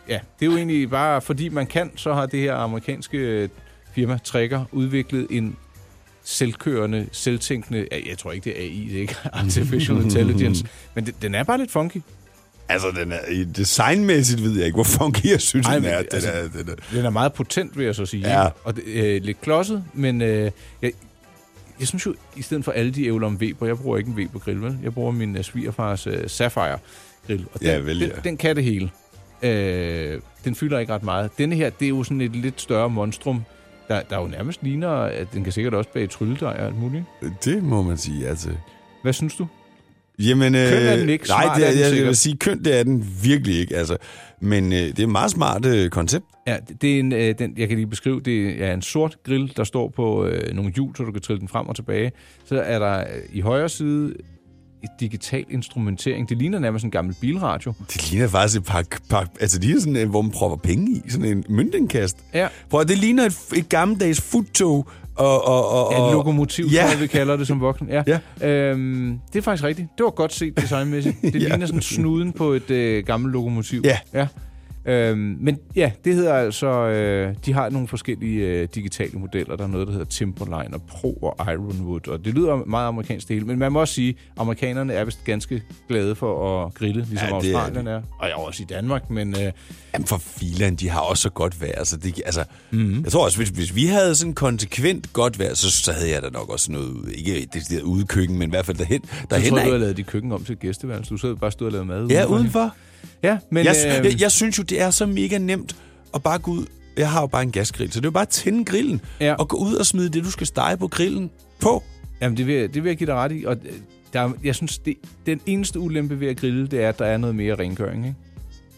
D: ja, det er jo egentlig bare, fordi man kan, så har det her amerikanske øh, firma Trigger udviklet en selvkørende, selvtænkende, ja, jeg tror ikke, det er AI, det er ikke Artificial Intelligence, men det, den er bare lidt funky.
B: Altså, den er, i designmæssigt ved jeg ikke, hvor funky jeg synes,
D: Ej,
B: den
D: men
B: er. Den,
D: altså,
B: er, den er.
D: Den er meget potent, vil jeg så sige.
B: Ja.
D: ikke? Og det, øh, lidt klodset, men øh, jeg, jeg synes jo, i stedet for alle de ævler om Weber, jeg bruger ikke en Weber-grill, vel? Jeg bruger min øh, svigerfars øh, Sapphire-grill. Og den,
B: Ja, vel, ja.
D: den, den kan det hele. Øh, den fylder ikke ret meget. Denne her, det er jo sådan et lidt større monstrum, der, der jo nærmest ligner, at den kan sikkert også bage trylledej og alt muligt.
B: Det må man sige, altså.
D: Hvad synes du?
B: Jamen, øh,
D: Køn er den ikke, smart
B: nej, det
D: er
B: er,
D: den
B: jeg, jeg
D: sikkert.
B: vil sige, køn det er den virkelig ikke, altså. Men øh, det er et meget smart øh, koncept.
D: Ja, det det er en, øh, den, jeg kan lige beskrive, det er en sort grill, der står på øh, nogle hjul, så du kan trille den frem og tilbage. Så er der øh, i højre side et digital instrumentering. Det ligner nærmest en gammel bilradio.
B: Det ligner faktisk et par... par altså, det ligner sådan, en, hvor man propper penge i. Sådan en møntenkast.
D: Ja.
B: Prøv at- det ligner et, et gammeldags futtog og... og, og,
D: Ja,
B: og
D: et lokomotiv,
B: ja.
D: ja. tror jeg, vi kalder det som voksen. Ja. ja. Øhm, det er faktisk rigtigt. Det var godt set designmæssigt. Det
B: Ja.
D: ligner sådan snuden på et øh, gammelt lokomotiv.
B: Ja.
D: ja. Øhm, men ja, det hedder altså... Øh, de har nogle forskellige øh, digitale modeller. Der er noget, der hedder Timberline og Pro og Ironwood. Og det lyder meget amerikansk det hele. Men man må også sige, at amerikanerne er vist ganske glade for at grille, ligesom ja,
B: Ja, det er
D: Australien er. Og jeg er også i Danmark, men... Øh,
B: Jamen for filan, de har også så godt vejr. Altså, det, altså,
D: Mhm.
B: mm-hmm. Jeg tror også, hvis, hvis vi havde sådan konsekvent godt vejr, så, så havde jeg da nok også noget, ikke det der ude i køkken, men i hvert fald derhen.
D: jeg
B: derhen
D: tror,
B: af.
D: du havde lavet dit køkken om til et gæsteværelse. Du sad bare og stod og lavede mad.
B: Ja,
D: udenfor.
B: udenfor.
D: Ja, men... øhm,
B: jeg, jeg, jeg synes jo, det er så mega nemt at bare gå ud. Jeg har jo bare en gasgrill, så det er jo bare at tænde grillen ja. og gå ud og smide det, du skal stege på grillen på.
D: Jamen, det vil, jeg- det vil jeg give dig ret i. Og øh, der, er- jeg synes, det, den eneste ulempe ved at grille, det er, at der er noget mere rengøring, ikke?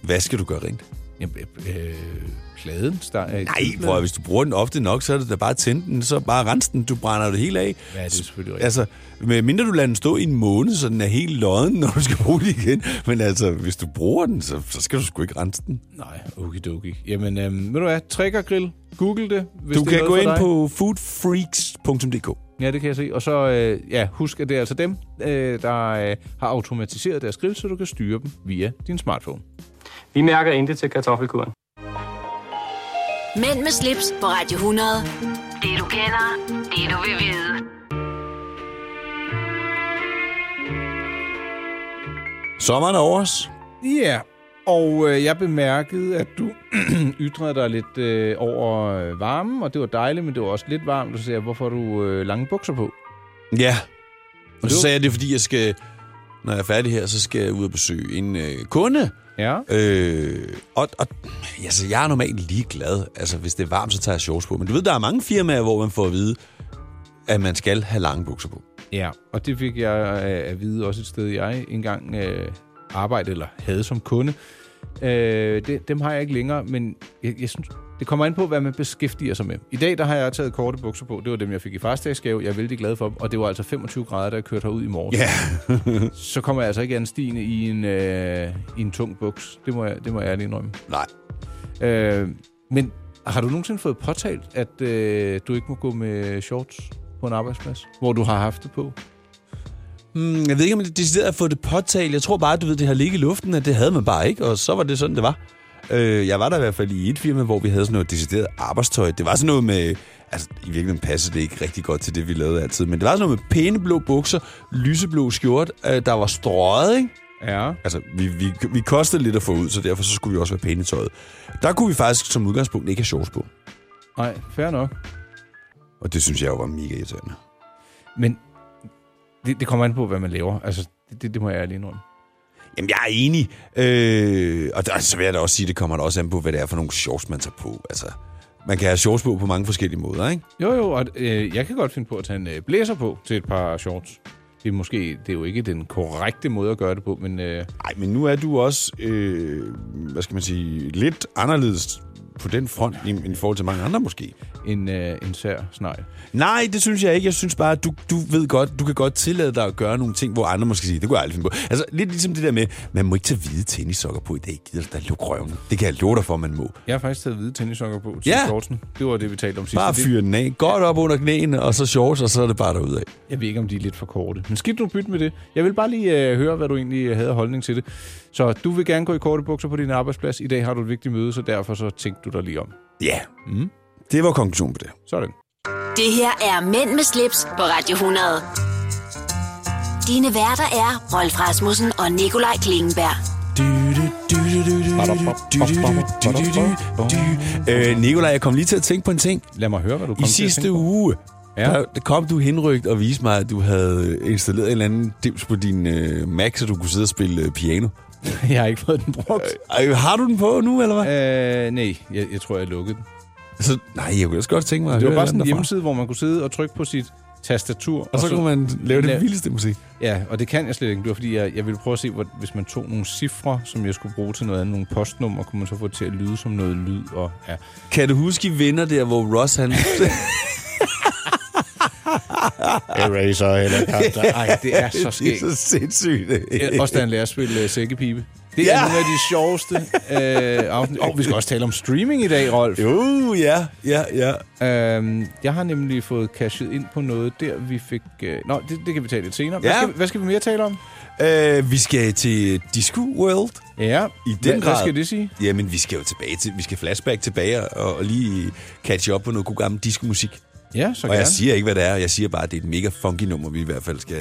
B: Hvad skal du gøre rent?
D: Jamen, øh, pladen? Der, øh,
B: Nej, prøv at, hvis du bruger den ofte nok, så er det da bare at tænde den, så bare rense den, du brænder det hele af.
D: Ja, det er selvfølgelig rigtigt.
B: Altså, med mindre du lader den stå i en måned, så den er helt lodden, når du skal bruge den igen. Men altså, hvis du bruger den, så, så skal du sgu ikke rense den.
D: Nej, okidoki. Jamen, øh, ved du hvad? Trigger grill. Google det, hvis
B: du
D: det er
B: kan
D: noget
B: gå
D: for
B: ind
D: dig.
B: på foodfreaks.dk.
D: Ja, det kan jeg se. Og så, øh, ja, husk, at det er altså dem, øh, der øh, har automatiseret deres grill, så du kan styre dem via din smartphone.
C: Vi mærker intet til kartoffelkuren.
A: Mænd med slips på Radio 100. Det du kender, det du vil vide.
B: Sommeren er over os.
D: Ja, og øh, jeg bemærkede, at du ytrede dig lidt øh, over øh, varmen, og det var dejligt, men det var også lidt varmt. Så sagde jeg, hvorfor har du øh, lange bukser på?
B: Ja. Og så sagde jeg, det er, fordi jeg skal, når jeg er færdig her, så skal jeg ud og besøge en øh, kunde.
D: Ja.
B: Øh, og, og altså, jeg er normalt ligeglad. Altså, hvis det er varmt, så tager jeg shorts på. Men du ved, der er mange firmaer, hvor man får at vide, at man skal have lange bukser på.
D: Ja, og det fik jeg øh, at vide også et sted, jeg engang øh, arbejdede eller havde som kunde. Øh, det, dem har jeg ikke længere, men jeg, jeg synes, det kommer an på, hvad man beskæftiger sig med. I dag der har jeg taget korte bukser på. Det var dem, jeg fik i farsdagsgave. Jeg er vældig glad for dem, og det var altså 25 grader, da jeg kørte herud i morges. Yeah. så kommer jeg altså ikke anstigende i en, øh, i en tung buks. Det må jeg, det må jeg ærligt indrømme.
B: Nej.
D: Øh, men har du nogensinde fået påtalt, at øh, du ikke må gå med shorts på en arbejdsplads, hvor du har haft det på?
B: Hmm, jeg ved ikke, om det decideret at få det påtalt. Jeg tror bare, du ved, det har ligget i luften, at det havde man bare ikke, og så var det sådan, det var. Øh, jeg var der i hvert fald i et firma, hvor vi havde sådan noget decideret arbejdstøj. Det var sådan noget med... Altså, i virkeligheden passede det ikke rigtig godt til det, vi lavede altid. Men det var sådan noget med pæne blå bukser, lyseblå skjort, øh, der var strøget, ikke?
D: Ja.
B: Altså, vi, vi, vi kostede lidt at få ud, så derfor så skulle vi også være pæne i tøjet. Der kunne vi faktisk som udgangspunkt ikke have shorts på.
D: Nej, fair nok.
B: Og det synes jeg jo var mega irriterende.
D: Men det, det kommer an på, hvad man laver. Altså, det, det, det må jeg ærligt indrømme.
B: Jamen, jeg er enig. Øh, og der, så vil jeg da også sige, det kommer da også an på, hvad det er for nogle shorts, man tager på. Altså, man kan have shorts på på mange forskellige måder, ikke?
D: Jo, jo, og øh, jeg kan godt finde på at tage en øh, blæser på til et par shorts. Det er måske det er jo ikke den korrekte måde at gøre det på, men øh,
B: Nej, men nu er du også, øh, hvad skal man sige, lidt anderledes på den front i, i forhold til mange andre måske.
D: En, øh, en sær snegl.
B: Nej, det synes jeg ikke. Jeg synes bare, at du, du ved godt, du kan godt tillade dig at gøre nogle ting, hvor andre måske siger, det kunne jeg aldrig finde på. Altså, lidt ligesom det der med, man må ikke tage hvide tennissokker på i dag. Gider du da lukke røven? Det kan jeg love dig for, man må.
D: Jeg har faktisk taget hvide tennissokker på til
B: Ja.
D: ja. shortsen. Det var det, vi talte om sidst.
B: Bare
D: Det-
B: fyre den af. Godt op under knæene, og så shorts, og så er det bare derudad.
D: Jeg ved ikke, om de er lidt for korte. Men skidt nu bytte med det. Jeg vil bare lige øh, høre, hvad du egentlig havde af holdning til det. Så du vil gerne gå i korte bukser på din arbejdsplads. I dag har du et vigtigt møde, så derfor så tænkte du dig lige om.
B: Ja.
D: Mm.
B: Det var konklusionen på det.
D: Sådan.
A: Det her er Mænd med slips på Radio 100. Dine værter er Rolf Rasmussen og Nikolaj Klingenberg.
B: Øh, Nikolaj, jeg kom lige til at tænke på en ting.
D: Lad mig høre, hvad du
B: I
D: kom til at
B: sidste
D: tænke på.
B: uge,
D: Ja.
B: ja. der, der kom du henrygt og viste mig, at du havde installeret en eller anden dims på din øh, Mac, så du kunne sidde og spille øh, piano.
D: Jeg har ikke fået den brugt.
B: Øh, har du den på nu, eller hvad?
D: Øh, nej, jeg, jeg tror, jeg lukkede den.
B: Så, nej, jeg kunne også godt tænke mig at
D: Det var
B: høre
D: bare sådan en
B: derfra.
D: hjemmeside, hvor man kunne sidde og trykke på sit tastatur.
B: Og så kunne man lave det vildeste musik.
D: Ja, og det kan jeg slet ikke. Det var fordi, jeg, jeg ville prøve at se, hvor, hvis man tog nogle cifre, som jeg skulle bruge til noget andet, nogle postnummer, kunne man så få det til at lyde som noget lyd. Og, ja.
B: Kan du huske i Vinder der, hvor Ross han...
K: Eraser eller
D: Helicopter. Ej, det er så skægt.
B: Det er så sindssygt.
D: Ja, Også da han lærer at spille uh, sækkepipe. Det er
B: Ja.
D: ja. nogle af de sjoveste øh, afsnit. Og vi skal også tale om streaming i dag, Rolf.
B: Jo, ja, ja,
D: ja. Øhm, jeg har nemlig fået cashet ind på noget, der vi fik... Øh, nå, det, det kan vi tale lidt senere. Hvad,
B: Ja.
D: skal, hvad skal vi mere tale om?
B: Øh, vi skal til Disco World.
D: Ja.
B: I den
D: Hvad- hvad
B: grad.
D: skal det sige?
B: Jamen, vi skal jo tilbage til, vi skal flashback tilbage og, og lige catch op på noget god gammel discomusik.
D: Ja, så
B: og
D: gerne.
B: jeg siger ikke, hvad det er. Jeg siger bare, at det er et mega funky nummer, vi i hvert fald skal... vi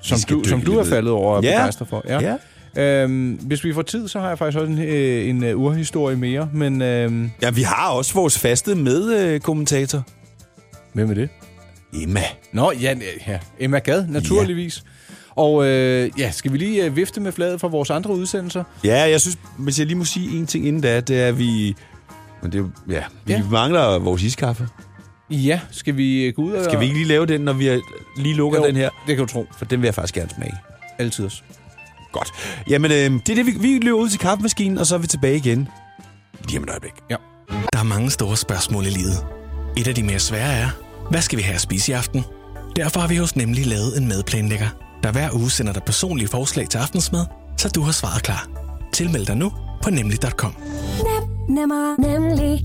D: Som,
B: skal
D: du, som du
B: dykke lidt
D: er
B: ned i.
D: faldet over og
B: ja.
D: begejstret for.
B: ja.
D: Øhm, hvis vi får tid, så har jeg faktisk også en, øh, en øh, urhistorie mere, men... Øhm,
B: Ja, vi har også vores faste medkommentator.
D: Hvem er det?
B: Emma.
D: Nå, ja, ja. Emma Gad, naturligvis. Ja. Og øh, ja, skal vi lige øh, vifte med flaget for vores andre udsendelser?
B: Ja, jeg synes, hvis jeg lige må sige en ting inden da, det er, at vi... Men det er, jo- ja, vi ja. mangler vores iskaffe.
D: Ja, skal vi øh, gå ud og...
B: Skal vi ikke lige lave den, når vi er- lige lukker
D: Jo,
B: den her?
D: det kan du tro.
B: For den vil jeg faktisk gerne smage.
D: Altid
B: Godt. Jamen, øh, det er det, vi, vi løber ud til kaffemaskinen, og så er vi tilbage igen. Lige om et øjeblik.
D: Ja.
P: Der er mange store spørgsmål i livet. Et af de mere svære er, hvad skal vi have at spise i aften? Derfor har vi hos Nemlig lavet en madplanlægger, der hver uge sender dig personlige forslag til aftensmad, så du har svaret klar. Tilmeld dig nu på nemlig.com.
Q: Nemmer, nemlig.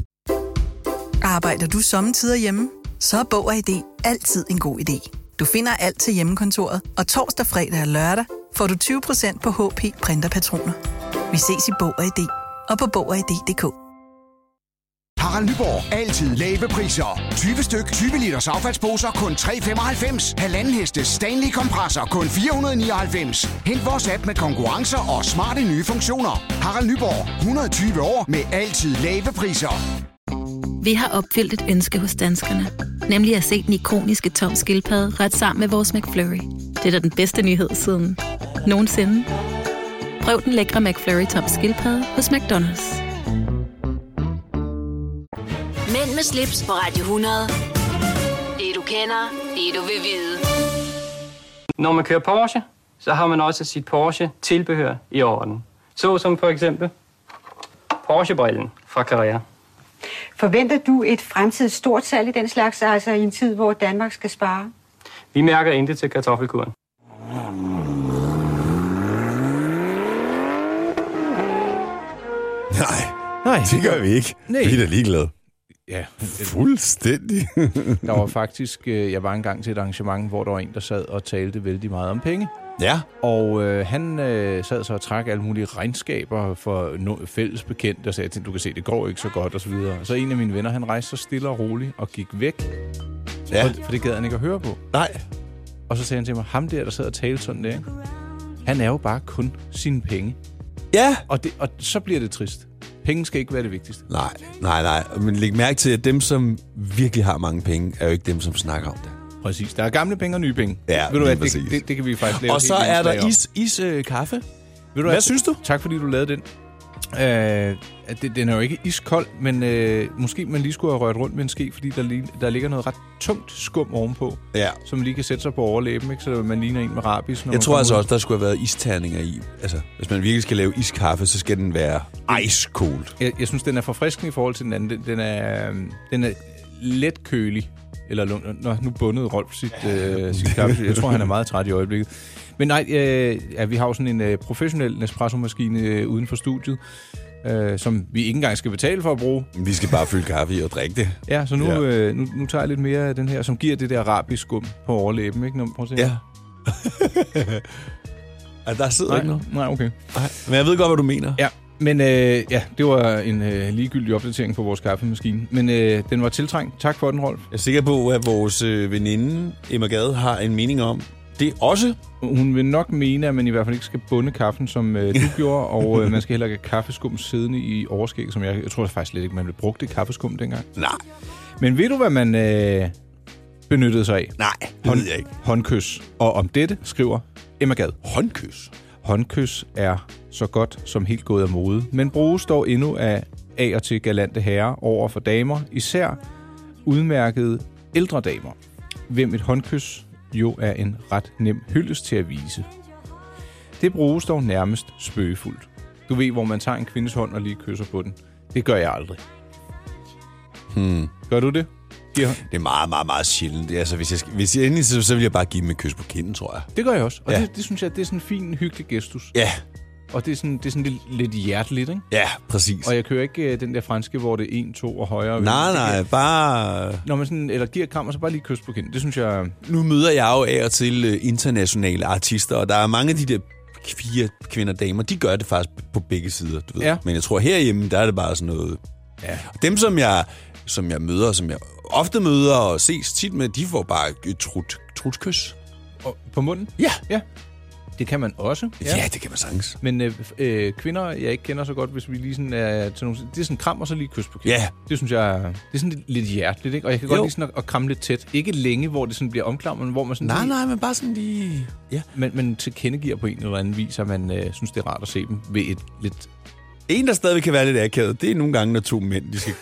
Q: Arbejder du sommetider hjemme? Så er Bog og ID altid en god idé. Du finder alt til hjemmekontoret, og torsdag, fredag og lørdag får du 20% på HP printerpatroner. Vi ses i Bog og ID og på Bog og ID.dk.
R: Harald Nyborg. Altid lave priser. 20 styk, 20 liters affaldsposer kun 3,95. Halvanden heste Stanley kompresser kun 499. Hent vores app med konkurrencer og smarte nye funktioner. Harald Nyborg. 120 år med altid lave priser.
S: Vi har opfyldt et ønske hos danskerne. Nemlig at se den ikoniske tom skildpadde ret sammen med vores McFlurry. Det er da den bedste nyhed siden nogensinde. Prøv den lækre McFlurry tom skildpadde hos McDonald's.
A: Mænd med slips på Radio 100. Det du kender, det du vil vide.
C: Når man kører Porsche, så har man også sit Porsche-tilbehør i orden. Så som for eksempel Porsche-brillen fra Carrera.
E: Forventer du et fremtidigt stort salg i den slags, altså i en tid, hvor Danmark skal spare?
C: Vi mærker intet til kartoffelkuren.
B: Nej, Nej. det gør vi ikke.
D: Nej.
B: Vi er da ligeglade.
D: Ja.
B: Fuldstændig.
D: der var faktisk... Øh, jeg var engang til et arrangement, hvor der var en, der sad og talte vældig meget om penge.
B: Ja.
D: Og øh, han øh, sad så og trak alle mulige regnskaber for no- fælles bekendt og sagde til du kan se, det går ikke så godt og så videre. Så en af mine venner, han rejste så stille og roligt og gik væk. Ja. For, for det gad han ikke at høre på.
B: Nej.
D: Og så sagde han til mig, ham der, der sad og talte sådan der, ikke? han er jo bare kun sine penge.
B: Ja.
D: Og, det, og så bliver det trist. Penge skal ikke være det vigtigste.
B: Nej, nej, nej. Men læg mærke til, at dem, som virkelig har mange penge, er jo ikke dem, som snakker om det.
D: Præcis. Der er gamle penge og nye penge.
B: Ja,
D: Ved du
B: lige
D: hvad, det,
B: præcis.
D: det, det kan vi faktisk lave
B: Og
D: et
B: så
D: helt
B: er der
D: indslag om.
B: is, is øh, kaffe.
D: Ved du
B: Hvad synes
D: du? Tak fordi du lavede den. Øh, at det, den er jo ikke iskold, men øh, måske man lige skulle have rørt rundt med en ske, fordi der, lige, der ligger noget ret tungt skum ovenpå,
B: ja.
D: som lige kan sætte sig på overlæben, ikke? så man ligner en med rabis. når
B: Jeg
D: man
B: tror
D: kommer
B: altså
D: ud.
B: også, der skulle have været isterninger i. Altså, hvis man virkelig skal lave iskaffe, så skal den være ice cold.
D: Jeg, jeg synes, den er forfriskende i forhold til den anden. Den, den, er, øhm, den er let kølig. Eller, lun- nå, nu bundede Rolf sit, øh, sit kaffe. Jeg tror, han er meget træt i øjeblikket. Men nej, øh, ja, vi har jo sådan en øh, professionel Nespresso-maskine øh, uden for studiet, øh, som vi ikke engang skal betale for at bruge.
B: Vi skal bare fylde kaffe i og drikke det.
D: Ja, så nu,
B: Ja.
D: ja. Øh, nu, nu tager jeg lidt mere af den her, som giver det der arabisk skum på overlæben. Ikke? Nå, prøv at se.
B: Ja. Ah, der sidder
D: nej,
B: ikke noget.
D: Nej, okay.
B: Nej, men jeg ved godt, hvad du mener.
D: Ja, men øh, ja, det var en øh, ligegyldig opdatering på vores kaffemaskine. Men øh, den var tiltrængt. Tak for den, Rolf.
B: Jeg er sikker på, at vores øh, veninde Emma Gade har en mening om det også.
D: Hun vil nok mene, at man i hvert fald ikke skal bunde kaffen, som øh, du gjorde, og øh, man skal heller ikke have kaffeskum siddende i overskæg, som jeg, jeg tror faktisk slet ikke, man brugte kaffeskum dengang.
B: Nej.
D: Men ved du, hvad man øh, benyttede sig af?
B: Nej, det ved jeg ikke.
D: Håndkys. Og om dette skriver Emma Gad.
B: Håndkys?
D: Håndkys er så godt som helt gået af mode, men bruges dog endnu af af og til galante herrer over for damer, især udmærkede ældre damer, hvem et håndkys jo er en ret nem hyldest til at vise. Det bruges dog nærmest spøgefuldt. Du ved, hvor man tager en kvindes hånd og lige kysser på den. Det gør jeg aldrig.
B: Hmm.
D: Gør du det? Giver...
B: Det er meget, meget, meget sjældent. Det er Altså, hvis jeg, skal- hvis jeg endelig, så, så vil jeg bare give dem et kys på kinden, tror jeg.
D: Det gør jeg også, og
B: Ja.
D: ja. det, det synes jeg, det er sådan en fin, hyggelig gestus.
B: Ja.
D: Og det er sådan, det er sådan lidt, lidt hjerteligt, ikke?
B: Ja, præcis.
D: Og jeg kører ikke øh, den der franske, hvor det er 1, 2 og højere.
B: Nej,
D: Det
B: nej,
D: kan-
B: bare...
D: Når man sådan, eller giver et kram, og så bare lige kys på kinden. Det synes jeg...
B: Nu møder jeg jo af og til øh, internationale artister, og der er mange af de der fire kvinder og damer, de gør det faktisk på begge sider, du ved.
D: Ja.
B: Men jeg tror, herhjemme, der er det bare sådan noget...
D: Ja.
B: Dem, som jeg, som jeg møder, som jeg ofte møder og ses tit med, de får bare et trut, trutkys.
D: Og på munden?
B: Ja.
D: ja. Det kan man også.
B: Ja, det kan man sagtens.
D: Men øh, øh, kvinder, jeg ikke kender så godt, hvis vi lige sådan er til nogle... Det er sådan kram, og så lige kys på kinden.
B: Ja.
D: Det synes jeg... Det er sådan lidt- lidt hjerteligt, ikke? Og jeg kan jo.
B: Jo.
D: godt lige sådan at, at kramme lidt tæt. Ikke længe, hvor det sådan bliver omklamret, men hvor man sådan...
B: Nej,
D: lige,
B: nej, men bare sådan lige... Ja.
D: Men, men tilkendegiver på en eller anden vis, at man øh, synes, det er rart at se dem ved et lidt...
B: En, der stadig kan være lidt akavet, det er nogle gange, når to mænd, de skal...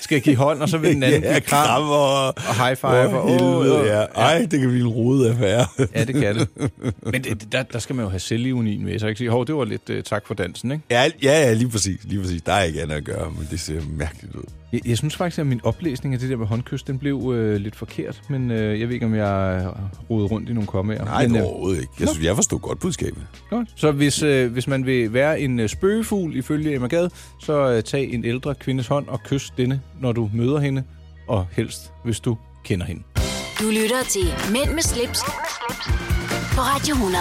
D: skal give hånd, og så vil den anden
B: ja,
D: give kram.
B: kram og,
D: og high five.
B: Åh,
D: og, åh,
B: helvede,
D: åh.
B: ja. Ej, det kan blive en rodet affære.
D: Ja, det kan det. Men det, der, der skal man jo have selvirmonien med, så jeg kan sige, hov, det var lidt uh, tak for dansen, ikke?
B: Ja, ja, ja, lige præcis, lige præcis. Der er ikke andet at gøre, men det ser mærkeligt ud.
D: Jeg, jeg synes faktisk, at min oplæsning af det der med håndkys, den blev øh, lidt forkert, men øh, jeg ved ikke, om jeg øh, rodede rundt i nogle kommaer.
B: Nej,
D: men,
B: men,
D: øh,
B: overhovedet ikke. Jeg, synes, jeg forstod godt budskabet.
D: Godt. Så hvis, øh, hvis man vil være en øh, spøgefugl ifølge Emma Gad, så øh, tag en ældre kvindes hånd og kys denne, når du møder hende, og helst, hvis du kender hende.
A: Du lytter til Mænd med slips, på Radio 100.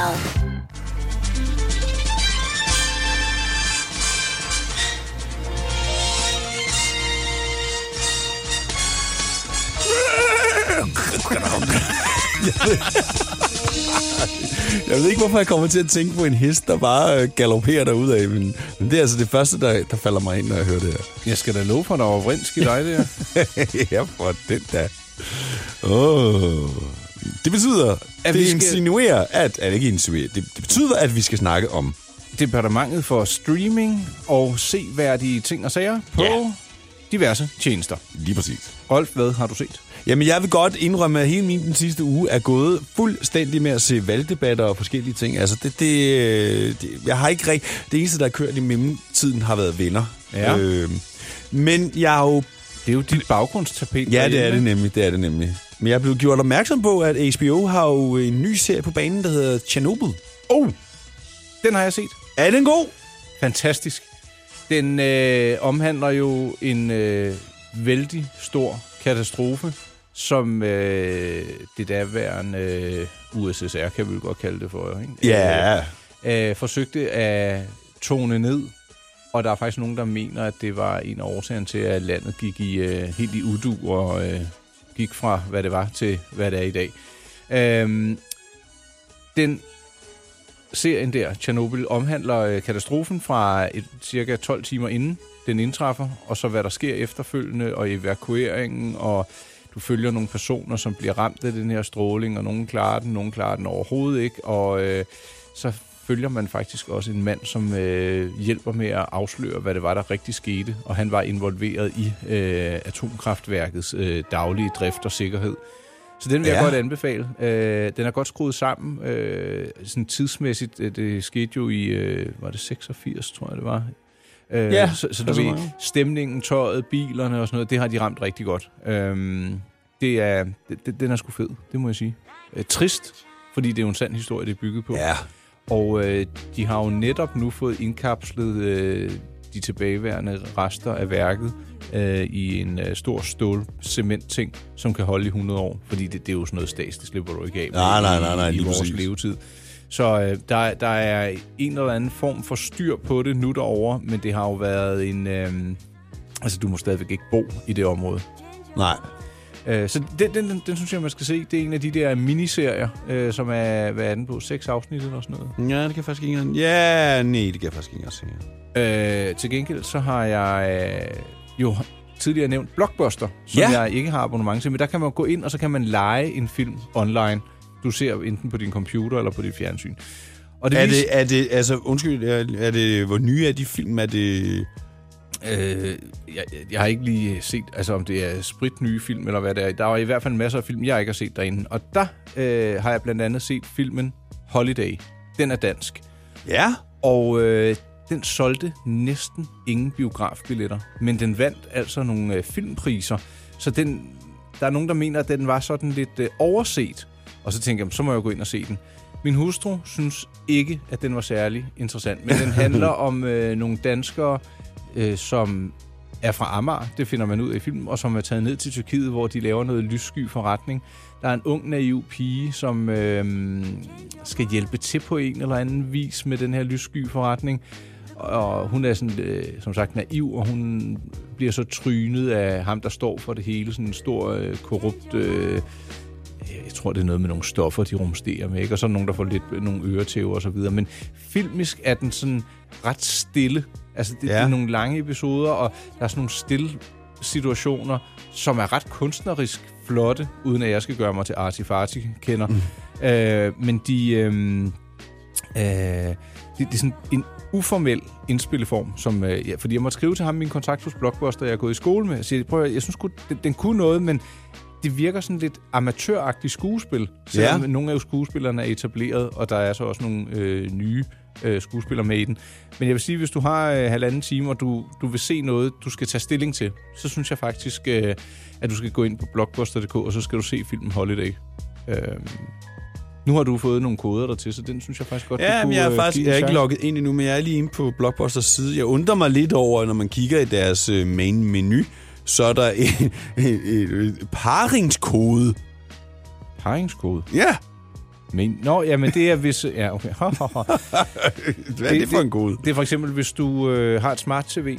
B: Jeg ved, jeg ved ikke, hvorfor jeg kommer til at tænke på en hest, der bare øh, galopperer derudad, men, men det er altså det første, der, der falder mig ind, når jeg hører det her.
D: Jeg skal da love for, at der var vrinsk i dig, det her.
B: ja, for den da. Oh. Det betyder, at det
D: vi
B: vi
D: skal-
B: insinuerer, at... Er det ikke insinuerer? Det, det betyder, at vi skal snakke om...
D: Departementet for streaming og seværdige ting og sager på ja. diverse tjenester.
B: Lige præcis.
D: Rolf, hvad har du set?
B: Jamen, jeg vil godt indrømme, at hele min den sidste uge er gået fuldstændig med at se valgdebatter og forskellige ting. Altså, det, det, øh, det jeg har ikke rigtig... Det eneste, der har kørt i mellemtiden, har været venner.
D: Ja.
B: Øh, men jeg har jo...
D: Det er jo dit baggrundstapet.
B: Ja, det
D: derhjemme,
B: er det
D: ikke?
B: nemlig, det er det nemlig. Men jeg er blevet gjort opmærksom på, at HBO har jo en ny serie på banen, der hedder Chernobyl.
D: Oh, den har jeg set.
B: Er den god?
D: Fantastisk. Den øh, omhandler jo en øh, vældig stor katastrofe, som øh, det daværende øh, USSR, kan vi vel godt kalde det for, ikke?
B: Ja.
D: Øh, øh, forsøgte at tone ned, og der er faktisk nogen, der mener, at det var en af årsagerne til, at landet gik i, øh, helt i udu og øh, gik fra, hvad det var, til hvad det er i dag. Øh, den serien der, Tjernobyl, omhandler øh, katastrofen fra et, cirka 12 timer inden den indtræffer, og så hvad der sker efterfølgende, og evakueringen, og du følger nogle personer, som bliver ramt af den her stråling, og nogen klarer den, nogen klarer den overhovedet ikke, og øh, så følger man faktisk også en mand, som øh, hjælper med at afsløre, hvad det var, der rigtig skete. Og han var involveret i øh, atomkraftværkets øh, daglige drift og sikkerhed. Så den vil ja. jeg
B: Ja.
D: godt anbefale. Øh, den er godt skruet sammen. Øh, sådan tidsmæssigt, øh, det skete jo i, øh, var det 86, tror jeg det var? Øh,
B: Ja,
D: så, så
B: det er
D: du
B: så
D: ved,
B: meget.
D: stemningen, tøjet, bilerne og sådan noget, det har de ramt rigtig godt. Øhm, det er, det- det, den er sgu fed, det må jeg sige. Øh, trist, fordi det er jo en sand historie, det er bygget på.
B: Ja.
D: Og øh, de har jo netop nu fået indkapslet øh, de tilbageværende rester af værket øh, i en øh, stor stål-cement-ting, som kan holde i 100 år. Fordi det, det er jo sådan noget stats, det slipper du ikke af med
B: Nej, nej,
D: i-
B: nej, nej,
D: i
B: lige
D: vores
B: præcis.
D: levetid. Så øh, der, der er en eller anden form for styr på det nu derovre, men det har jo været en... Øh, altså, du må stadigvæk ikke bo i det område.
B: Nej.
D: Øh, så den, den, den, den synes jeg, man skal se. Det er en af de der miniserier, øh, som er, hvad er den på, seks afsnit eller sådan noget.
B: Ja, det kan jeg faktisk ikke engang... Ja, nej, det kan jeg faktisk ikke engang se.
D: Øh, til gengæld så har jeg øh, jo tidligere nævnt Blockbuster, som
B: Ja.
D: ja. jeg ikke har abonnement til, men der kan man gå ind, og så kan man lege en film online. Du ser enten på din computer eller på dit fjernsyn. Og
B: er,
D: vis-
B: det, er det, altså, undskyld, er, er det, hvor nye er de film? Er det...
D: Øh, jeg, jeg har ikke lige set, altså om det er sprit nye film eller hvad det er. Der er i hvert fald masser af film, jeg ikke har set derinde. Og der øh, har jeg blandt andet set filmen Holiday. Den er dansk.
B: Ja.
D: Og øh, den solgte næsten ingen biografbilletter. Men den vandt altså nogle øh, filmpriser. Så den, der er nogen, der mener, at den var sådan lidt øh, overset. Og så tænker jeg, så må jeg gå ind og se den. Min hustru synes ikke, at den var særlig interessant. Men den handler om øh, nogle danskere, øh, som er fra Amager, det finder man ud af i filmen, og som er taget ned til Tyrkiet, hvor de laver noget lyssky forretning. Der er en ung, naiv pige, som øh, skal hjælpe til på en eller anden vis med den her lyssky forretning. Og hun er sådan, øh, som sagt naiv, og hun bliver så trynet af ham, der står for det hele. Sådan en stor, øh, korrupt... Øh, jeg tror, det er noget med nogle stoffer, de rumsterer med, ikke? og så er der nogen, der får lidt øh, nogle øretæver og så videre. Men filmisk er den sådan ret stille. Altså, det, ja. det
B: Ja.
D: er nogle lange episoder, og der er sådan nogle stille situationer, som er ret kunstnerisk flotte, uden at jeg skal gøre mig til artifarti kender. Mm. Øh, men de... Øh, Øh, det, det er sådan en uformel indspilleform, som, øh, ja, fordi jeg måtte skrive til ham i min kontrakt hos Blockbuster, jeg er gået i skole med, og siger, prøv at, høre, jeg synes sgu, den, den kunne noget, men det virker sådan lidt amatøragtigt skuespil, selvom
B: Ja.
D: ja. nogle af jo skuespillerne er etableret, og der er så også nogle øh, nye øh, skuespillere med i den. Men jeg vil sige, hvis du har øh, halvanden time, og du, du vil se noget, du skal tage stilling til, så synes jeg faktisk, øh, at du skal gå ind på blockbuster.dk, og så skal du se filmen Holiday. Øh, nu har du fået nogle koder dertil, så den synes jeg faktisk godt,
B: Ja,
D: du
B: men
D: kunne
B: jeg er
D: øh, give
B: faktisk
D: en
B: jeg er ikke
D: chance.
B: logget ind endnu, men jeg er lige inde på Blockbusters side. Jeg undrer mig lidt over, når man kigger i deres øh, main menu, så er der en, en, en, en paringskode.
D: Paringskode?
B: Ja.
D: Men, nå, jamen det er hvis... Ja, okay.
B: Hvad er det for en kode?
D: Det er for eksempel, hvis du øh, har et smart-tv,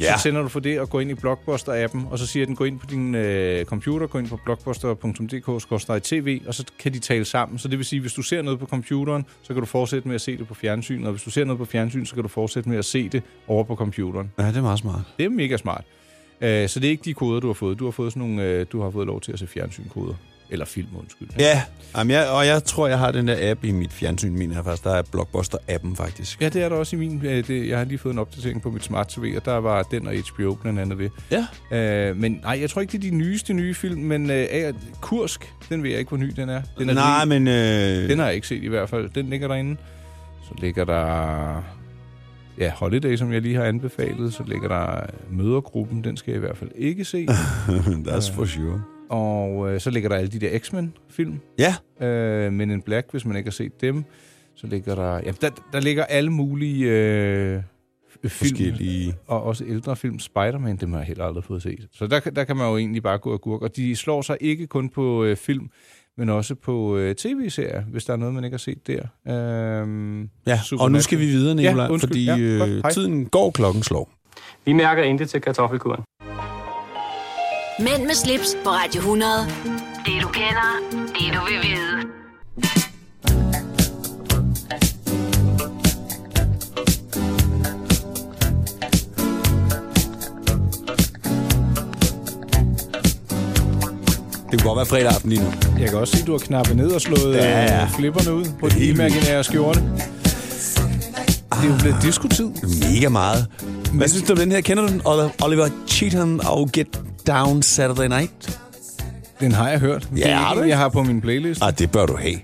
B: Ja.
D: så sender du for det og går ind i Blockbuster-appen, og så siger den, gå ind på din øh, computer, gå ind på blockbuster.dk-tv, og så kan de tale sammen. Så det vil sige, hvis du ser noget på computeren, så kan du fortsætte med at se det på fjernsynet, og hvis du ser noget på fjernsynet, så kan du fortsætte med at se det over på computeren.
B: Ja, det er meget smart.
D: Det er mega smart. Øh, så det er ikke de koder, du har fået. Du har fået sådan nogle, øh, du har fået lov til at se fjernsynkoder. Eller film, undskyld.
B: Ja, Jamen, jeg, og jeg tror, jeg har den der app i mit fjernsyn, mener jeg faktisk. Der er Blockbuster-appen faktisk.
D: Ja, det er der også i min. øh, Det, jeg har lige fået en opdatering på mit smart TV, og der var den og HBO blandt andet ved. Ja. Øh, men nej, jeg tror ikke, det er de nyeste nye film, men øh, af- Kursk, den ved jeg ikke, hvor ny den er. Den er
B: Nej, men... Øh...
D: Den har jeg ikke set i hvert fald. Den ligger derinde. Så ligger der... Ja, Holiday, som jeg lige har anbefalet. Så ligger der Mødergruppen. Den skal jeg i hvert fald ikke se.
B: That's for sure.
D: Og øh, så ligger der alle de der X-Men-film.
B: Ja.
D: Øh, Men in Black, hvis man ikke har set dem. Så ligger der... Ja, der, der ligger alle mulige øh, film.
B: Forskellige.
D: Og også ældre film. Spider-Man, dem har jeg heller aldrig fået set. Så der, kan- der kan man jo egentlig bare gå og gurke. Og de slår sig ikke kun på øh, film, men også på øh, tv-serier, hvis der er noget, man ikke har set der. Øh,
B: Ja, og nu skal vi videre, Nicolaj,
D: ja,
B: ja,
D: undskyld.
B: fordi
D: ja,
B: øh,
D: godt. Hej.
B: tiden går, klokken slår.
C: Vi mærker intet til kartoffelkuren.
A: Mænd med slips på Radio 100. Det du kender, det du vil vide.
B: Det kunne godt være fredag aften lige nu.
D: Jeg kan også se, at du har knappet ned og slået øh,
B: Ja,
D: ja,
B: ja.
D: ja. flipperne ud på din imaginære skjorte. det er jo blevet diskotid.
B: Mega meget. Hvad synes du om den her? Kender du den? Oliver Cheatham og Get Down Saturday Night?
D: Den har jeg hørt.
B: Ja,
D: Det er
B: har
D: en,
B: du ikke?
D: jeg har på min playlist.
B: Ah, det bør du have.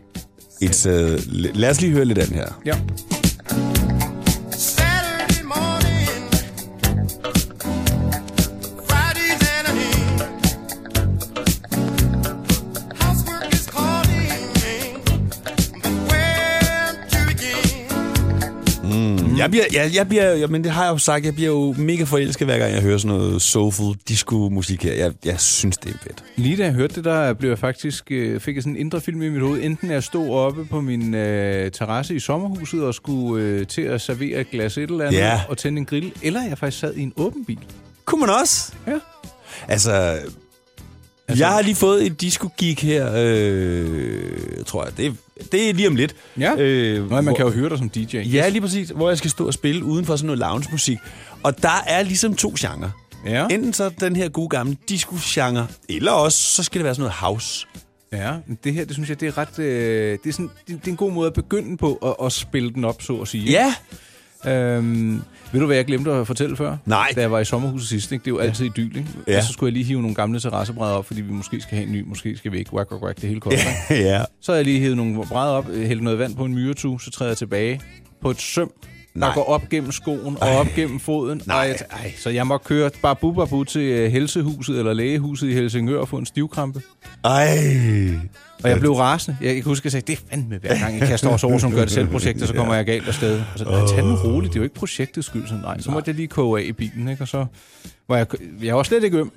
B: It's, uh, l- lad os lige høre lidt af den her.
D: Ja.
T: Saturday morning, Friday's enemy. Housework is calling me, but where to begin?
B: Mm. Jeg bliver, jeg, jeg bliver, jeg, men det har jeg jo sagt, jeg bliver jo mega forelsket, hver gang jeg hører sådan noget soulful disco-musik her. Jeg, jeg synes, det er fedt.
D: Lige da jeg hørte det, der blev jeg faktisk, øh, fik jeg sådan en indre film i mit hoved. Enten jeg stod oppe på min øh, terrasse i sommerhuset og skulle øh, til at servere et glas et eller andet
B: Ja.
D: og tænde en grill, eller jeg faktisk sad i en åben bil.
B: Kunne man også?
D: Ja.
B: Altså, altså jeg har lige fået et disco-geek her, øh, tror jeg. Det, det er lige om lidt.
D: Ja.
B: Øh,
D: Nå, man kan jo
B: hvor-
D: høre dig som DJ.
B: Ja, lige præcis. Hvor jeg skal stå og spille uden for sådan noget lounge-musik. Og der er ligesom to genrer.
D: Ja.
B: Enten så den her gode gamle disco-genre, eller også så skal det være sådan noget house.
D: Ja, men det her, det synes jeg, det er ret... Øh, det, er sådan, det, det er en god måde at begynde på at, at spille den op, så at sige.
B: Ja!
D: Øhm, ved du, hvad jeg glemte at fortælle før?
B: Nej.
D: Da jeg var i sommerhuset sidst, ikke? det er jo altid idyll, ikke?
B: Ja.
D: Og så skulle jeg lige hive nogle gamle terrassebrædder op, fordi vi måske skal have en ny, måske skal vi ikke. Whack, whack, whack, det hele koster. ikke?
B: Ja.
D: Så har jeg lige hævet nogle brædder op, øh, hældt noget vand på en myretue, så træder jeg tilbage på et søm,
B: Nej.
D: der går op gennem skoen og op gennem foden. Nej. Og jeg, t- ej, så jeg må køre babu babu til øh, helsehuset eller lægehuset i Helsingør og få en stivkrampe.
B: Ej.
D: Og jeg blev rasende. Jeg kan huske, at jeg sagde, det er fandme hver gang, jeg kaster os over som gør det selv projekter, så kommer jeg galt afsted. Og så, nej, tag den roligt, det er jo ikke projektets skyld. Så, nej, så måtte jeg lige koge af i bilen, ikke? Og så var jeg, jeg var slet ikke øm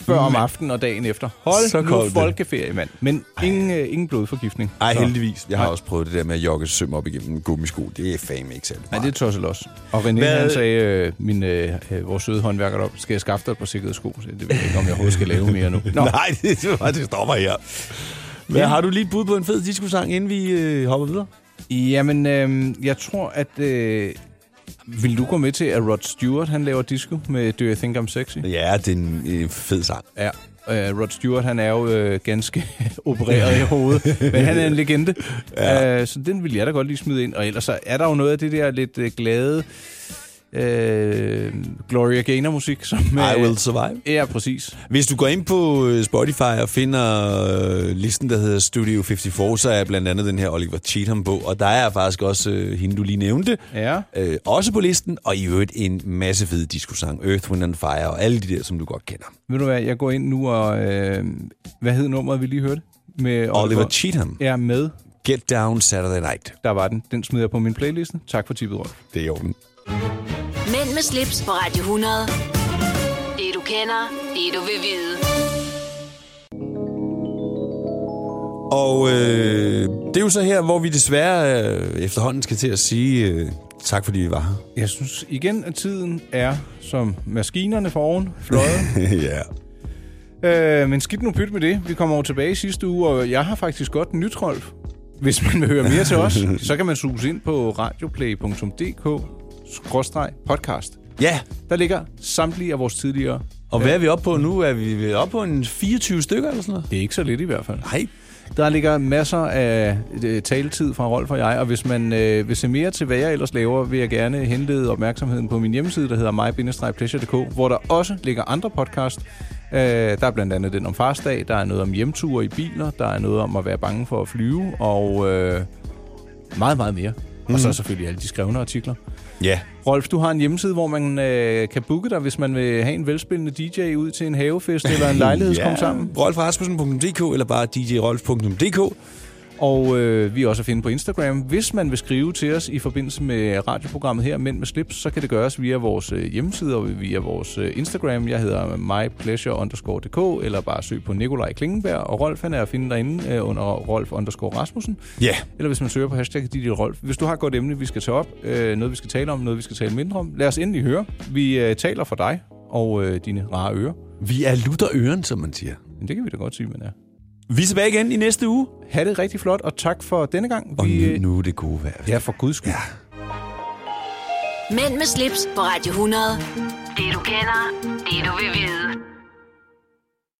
D: før om aftenen og dagen efter. Hold
B: Så
D: så
B: kom
D: nu
B: det.
D: folkeferie, mand. Men ingen, øh, ingen blodforgiftning.
B: Ej,
D: Så-
B: heldigvis. Jeg har
D: Nej.
B: også prøvet det der med at jogge søm op igennem en gummisko. Det er fame ikke særlig
D: Nej, det er tosset også. Og René,
B: Hvad-
D: han sagde, øh, min, øh, øh, vores søde håndværker op, skal jeg skaffe dig et par sikrede sko? Så Det ved jeg ikke, om jeg overhovedet skal lave mere nu. Nå.
B: Nej, det, det stopper her. Hvad, har du lige et bud på en fed disco-sang, inden vi øh, hopper videre?
D: Jamen, øh, jeg tror, at... Øh, vil du gå med til, at Rod Stewart, han laver disco med Do You Think I'm Sexy?
B: Ja, det er en øh, fed sang.
D: Ja. Uh, Rod Stewart, han er jo øh, ganske opereret i hovedet, men han er en legende. Ja. Uh, så den vil jeg da godt lige smide ind. Og ellers så er der jo noget af det der lidt øh, glade øh, Gloria Gaynor-musik. Som, øh,
B: I Will Survive.
D: Ja, præcis.
B: Hvis du går ind på øh, Spotify og finder øh, listen, der hedder Studio 54, så er blandt andet den her Oliver Cheatham på, og der er faktisk også øh, hende, du lige nævnte,
D: Ja.
B: øh, også på listen, og i øvrigt en masse fede disco-sang, Earth, Wind and Fire og alle de der, som du godt kender.
D: Ved du hvad, jeg går ind nu og... Øh, hvad hed nummeret, vi lige hørte? Med
B: Oliver, Cheatham.
D: Ja, med.
B: Get Down Saturday Night.
D: Der var den. Den smider jeg på min playliste. Tak for tippet, Rolf.
B: Det er i orden.
A: Mænd med slips på Radio 100. Det du kender, det du vil vide.
B: Og øh, det er jo så her, hvor vi desværre øh, efterhånden skal til at sige øh, tak, fordi vi var her.
D: Jeg synes igen, at tiden er som maskinerne for oven, fløjet.
B: ja.
D: Øh, men skidt nu pyt med det. Vi kommer over tilbage i sidste uge, og jeg har faktisk godt nyt, Rolf. Hvis man vil høre mere til os, så kan man suge ind på radioplay.dk-podcast.
B: Ja.
D: Der ligger samtlige af vores tidligere.
B: Og hvad er vi oppe på nu? Er vi vi er oppe på en 24 stykker eller sådan noget?
D: Det er ikke så lidt i hvert fald.
B: Nej.
D: Der ligger masser af øh, taletid fra Rolf og jeg, og hvis man øh, vil se mere til, hvad jeg ellers laver, vil jeg gerne henlede opmærksomheden på min hjemmeside, der hedder my-pleasure.dk, hvor der også ligger andre podcast. Øh, der er blandt andet den om farsdag, der er noget om hjemture i biler, der er noget om at være bange for at flyve, og øh, meget, meget mere. Mm. Og så
B: Mhm.
D: selvfølgelig alle de skrevne artikler.
B: Ja.
D: Rolf, du har en hjemmeside, hvor man øh, kan booke dig, hvis man vil have en velspillende DJ ud til en havefest eller en lejlighedskom sammen.
B: rolfrasmussen.dk eller bare djrolf.dk.
D: Og øh, vi er også at finde på Instagram. Hvis man vil skrive til os i forbindelse med radioprogrammet her, Mænd med slips, så kan det gøres via vores øh, hjemmeside og via vores øh, Instagram. Jeg hedder mypleasure_dk eller bare søg på Nikolaj Klingenberg. Og Rolf han er at finde derinde øh, under Rolf underscore Rasmussen.
B: Ja.
D: Eller hvis man søger på hashtag Didi Rolf. Hvis du har et godt emne, vi skal tage op, øh, noget vi skal tale om, noget vi skal tale mindre om, lad os endelig høre. Vi øh, taler for dig og øh, dine rare ører.
B: Vi er lutter øren, som man siger.
D: Men det kan vi da godt sige, man er.
B: Vi er tilbage igen i næste uge. øh,
D: Ha' det rigtig flot, og tak for denne gang.
B: Og
D: Vi, øh,
B: nyd nu det gode vejr.
D: Ja, for guds skyld. Ja.
A: Mænd med slips på Radio 100. Det du kender, det du vil vide.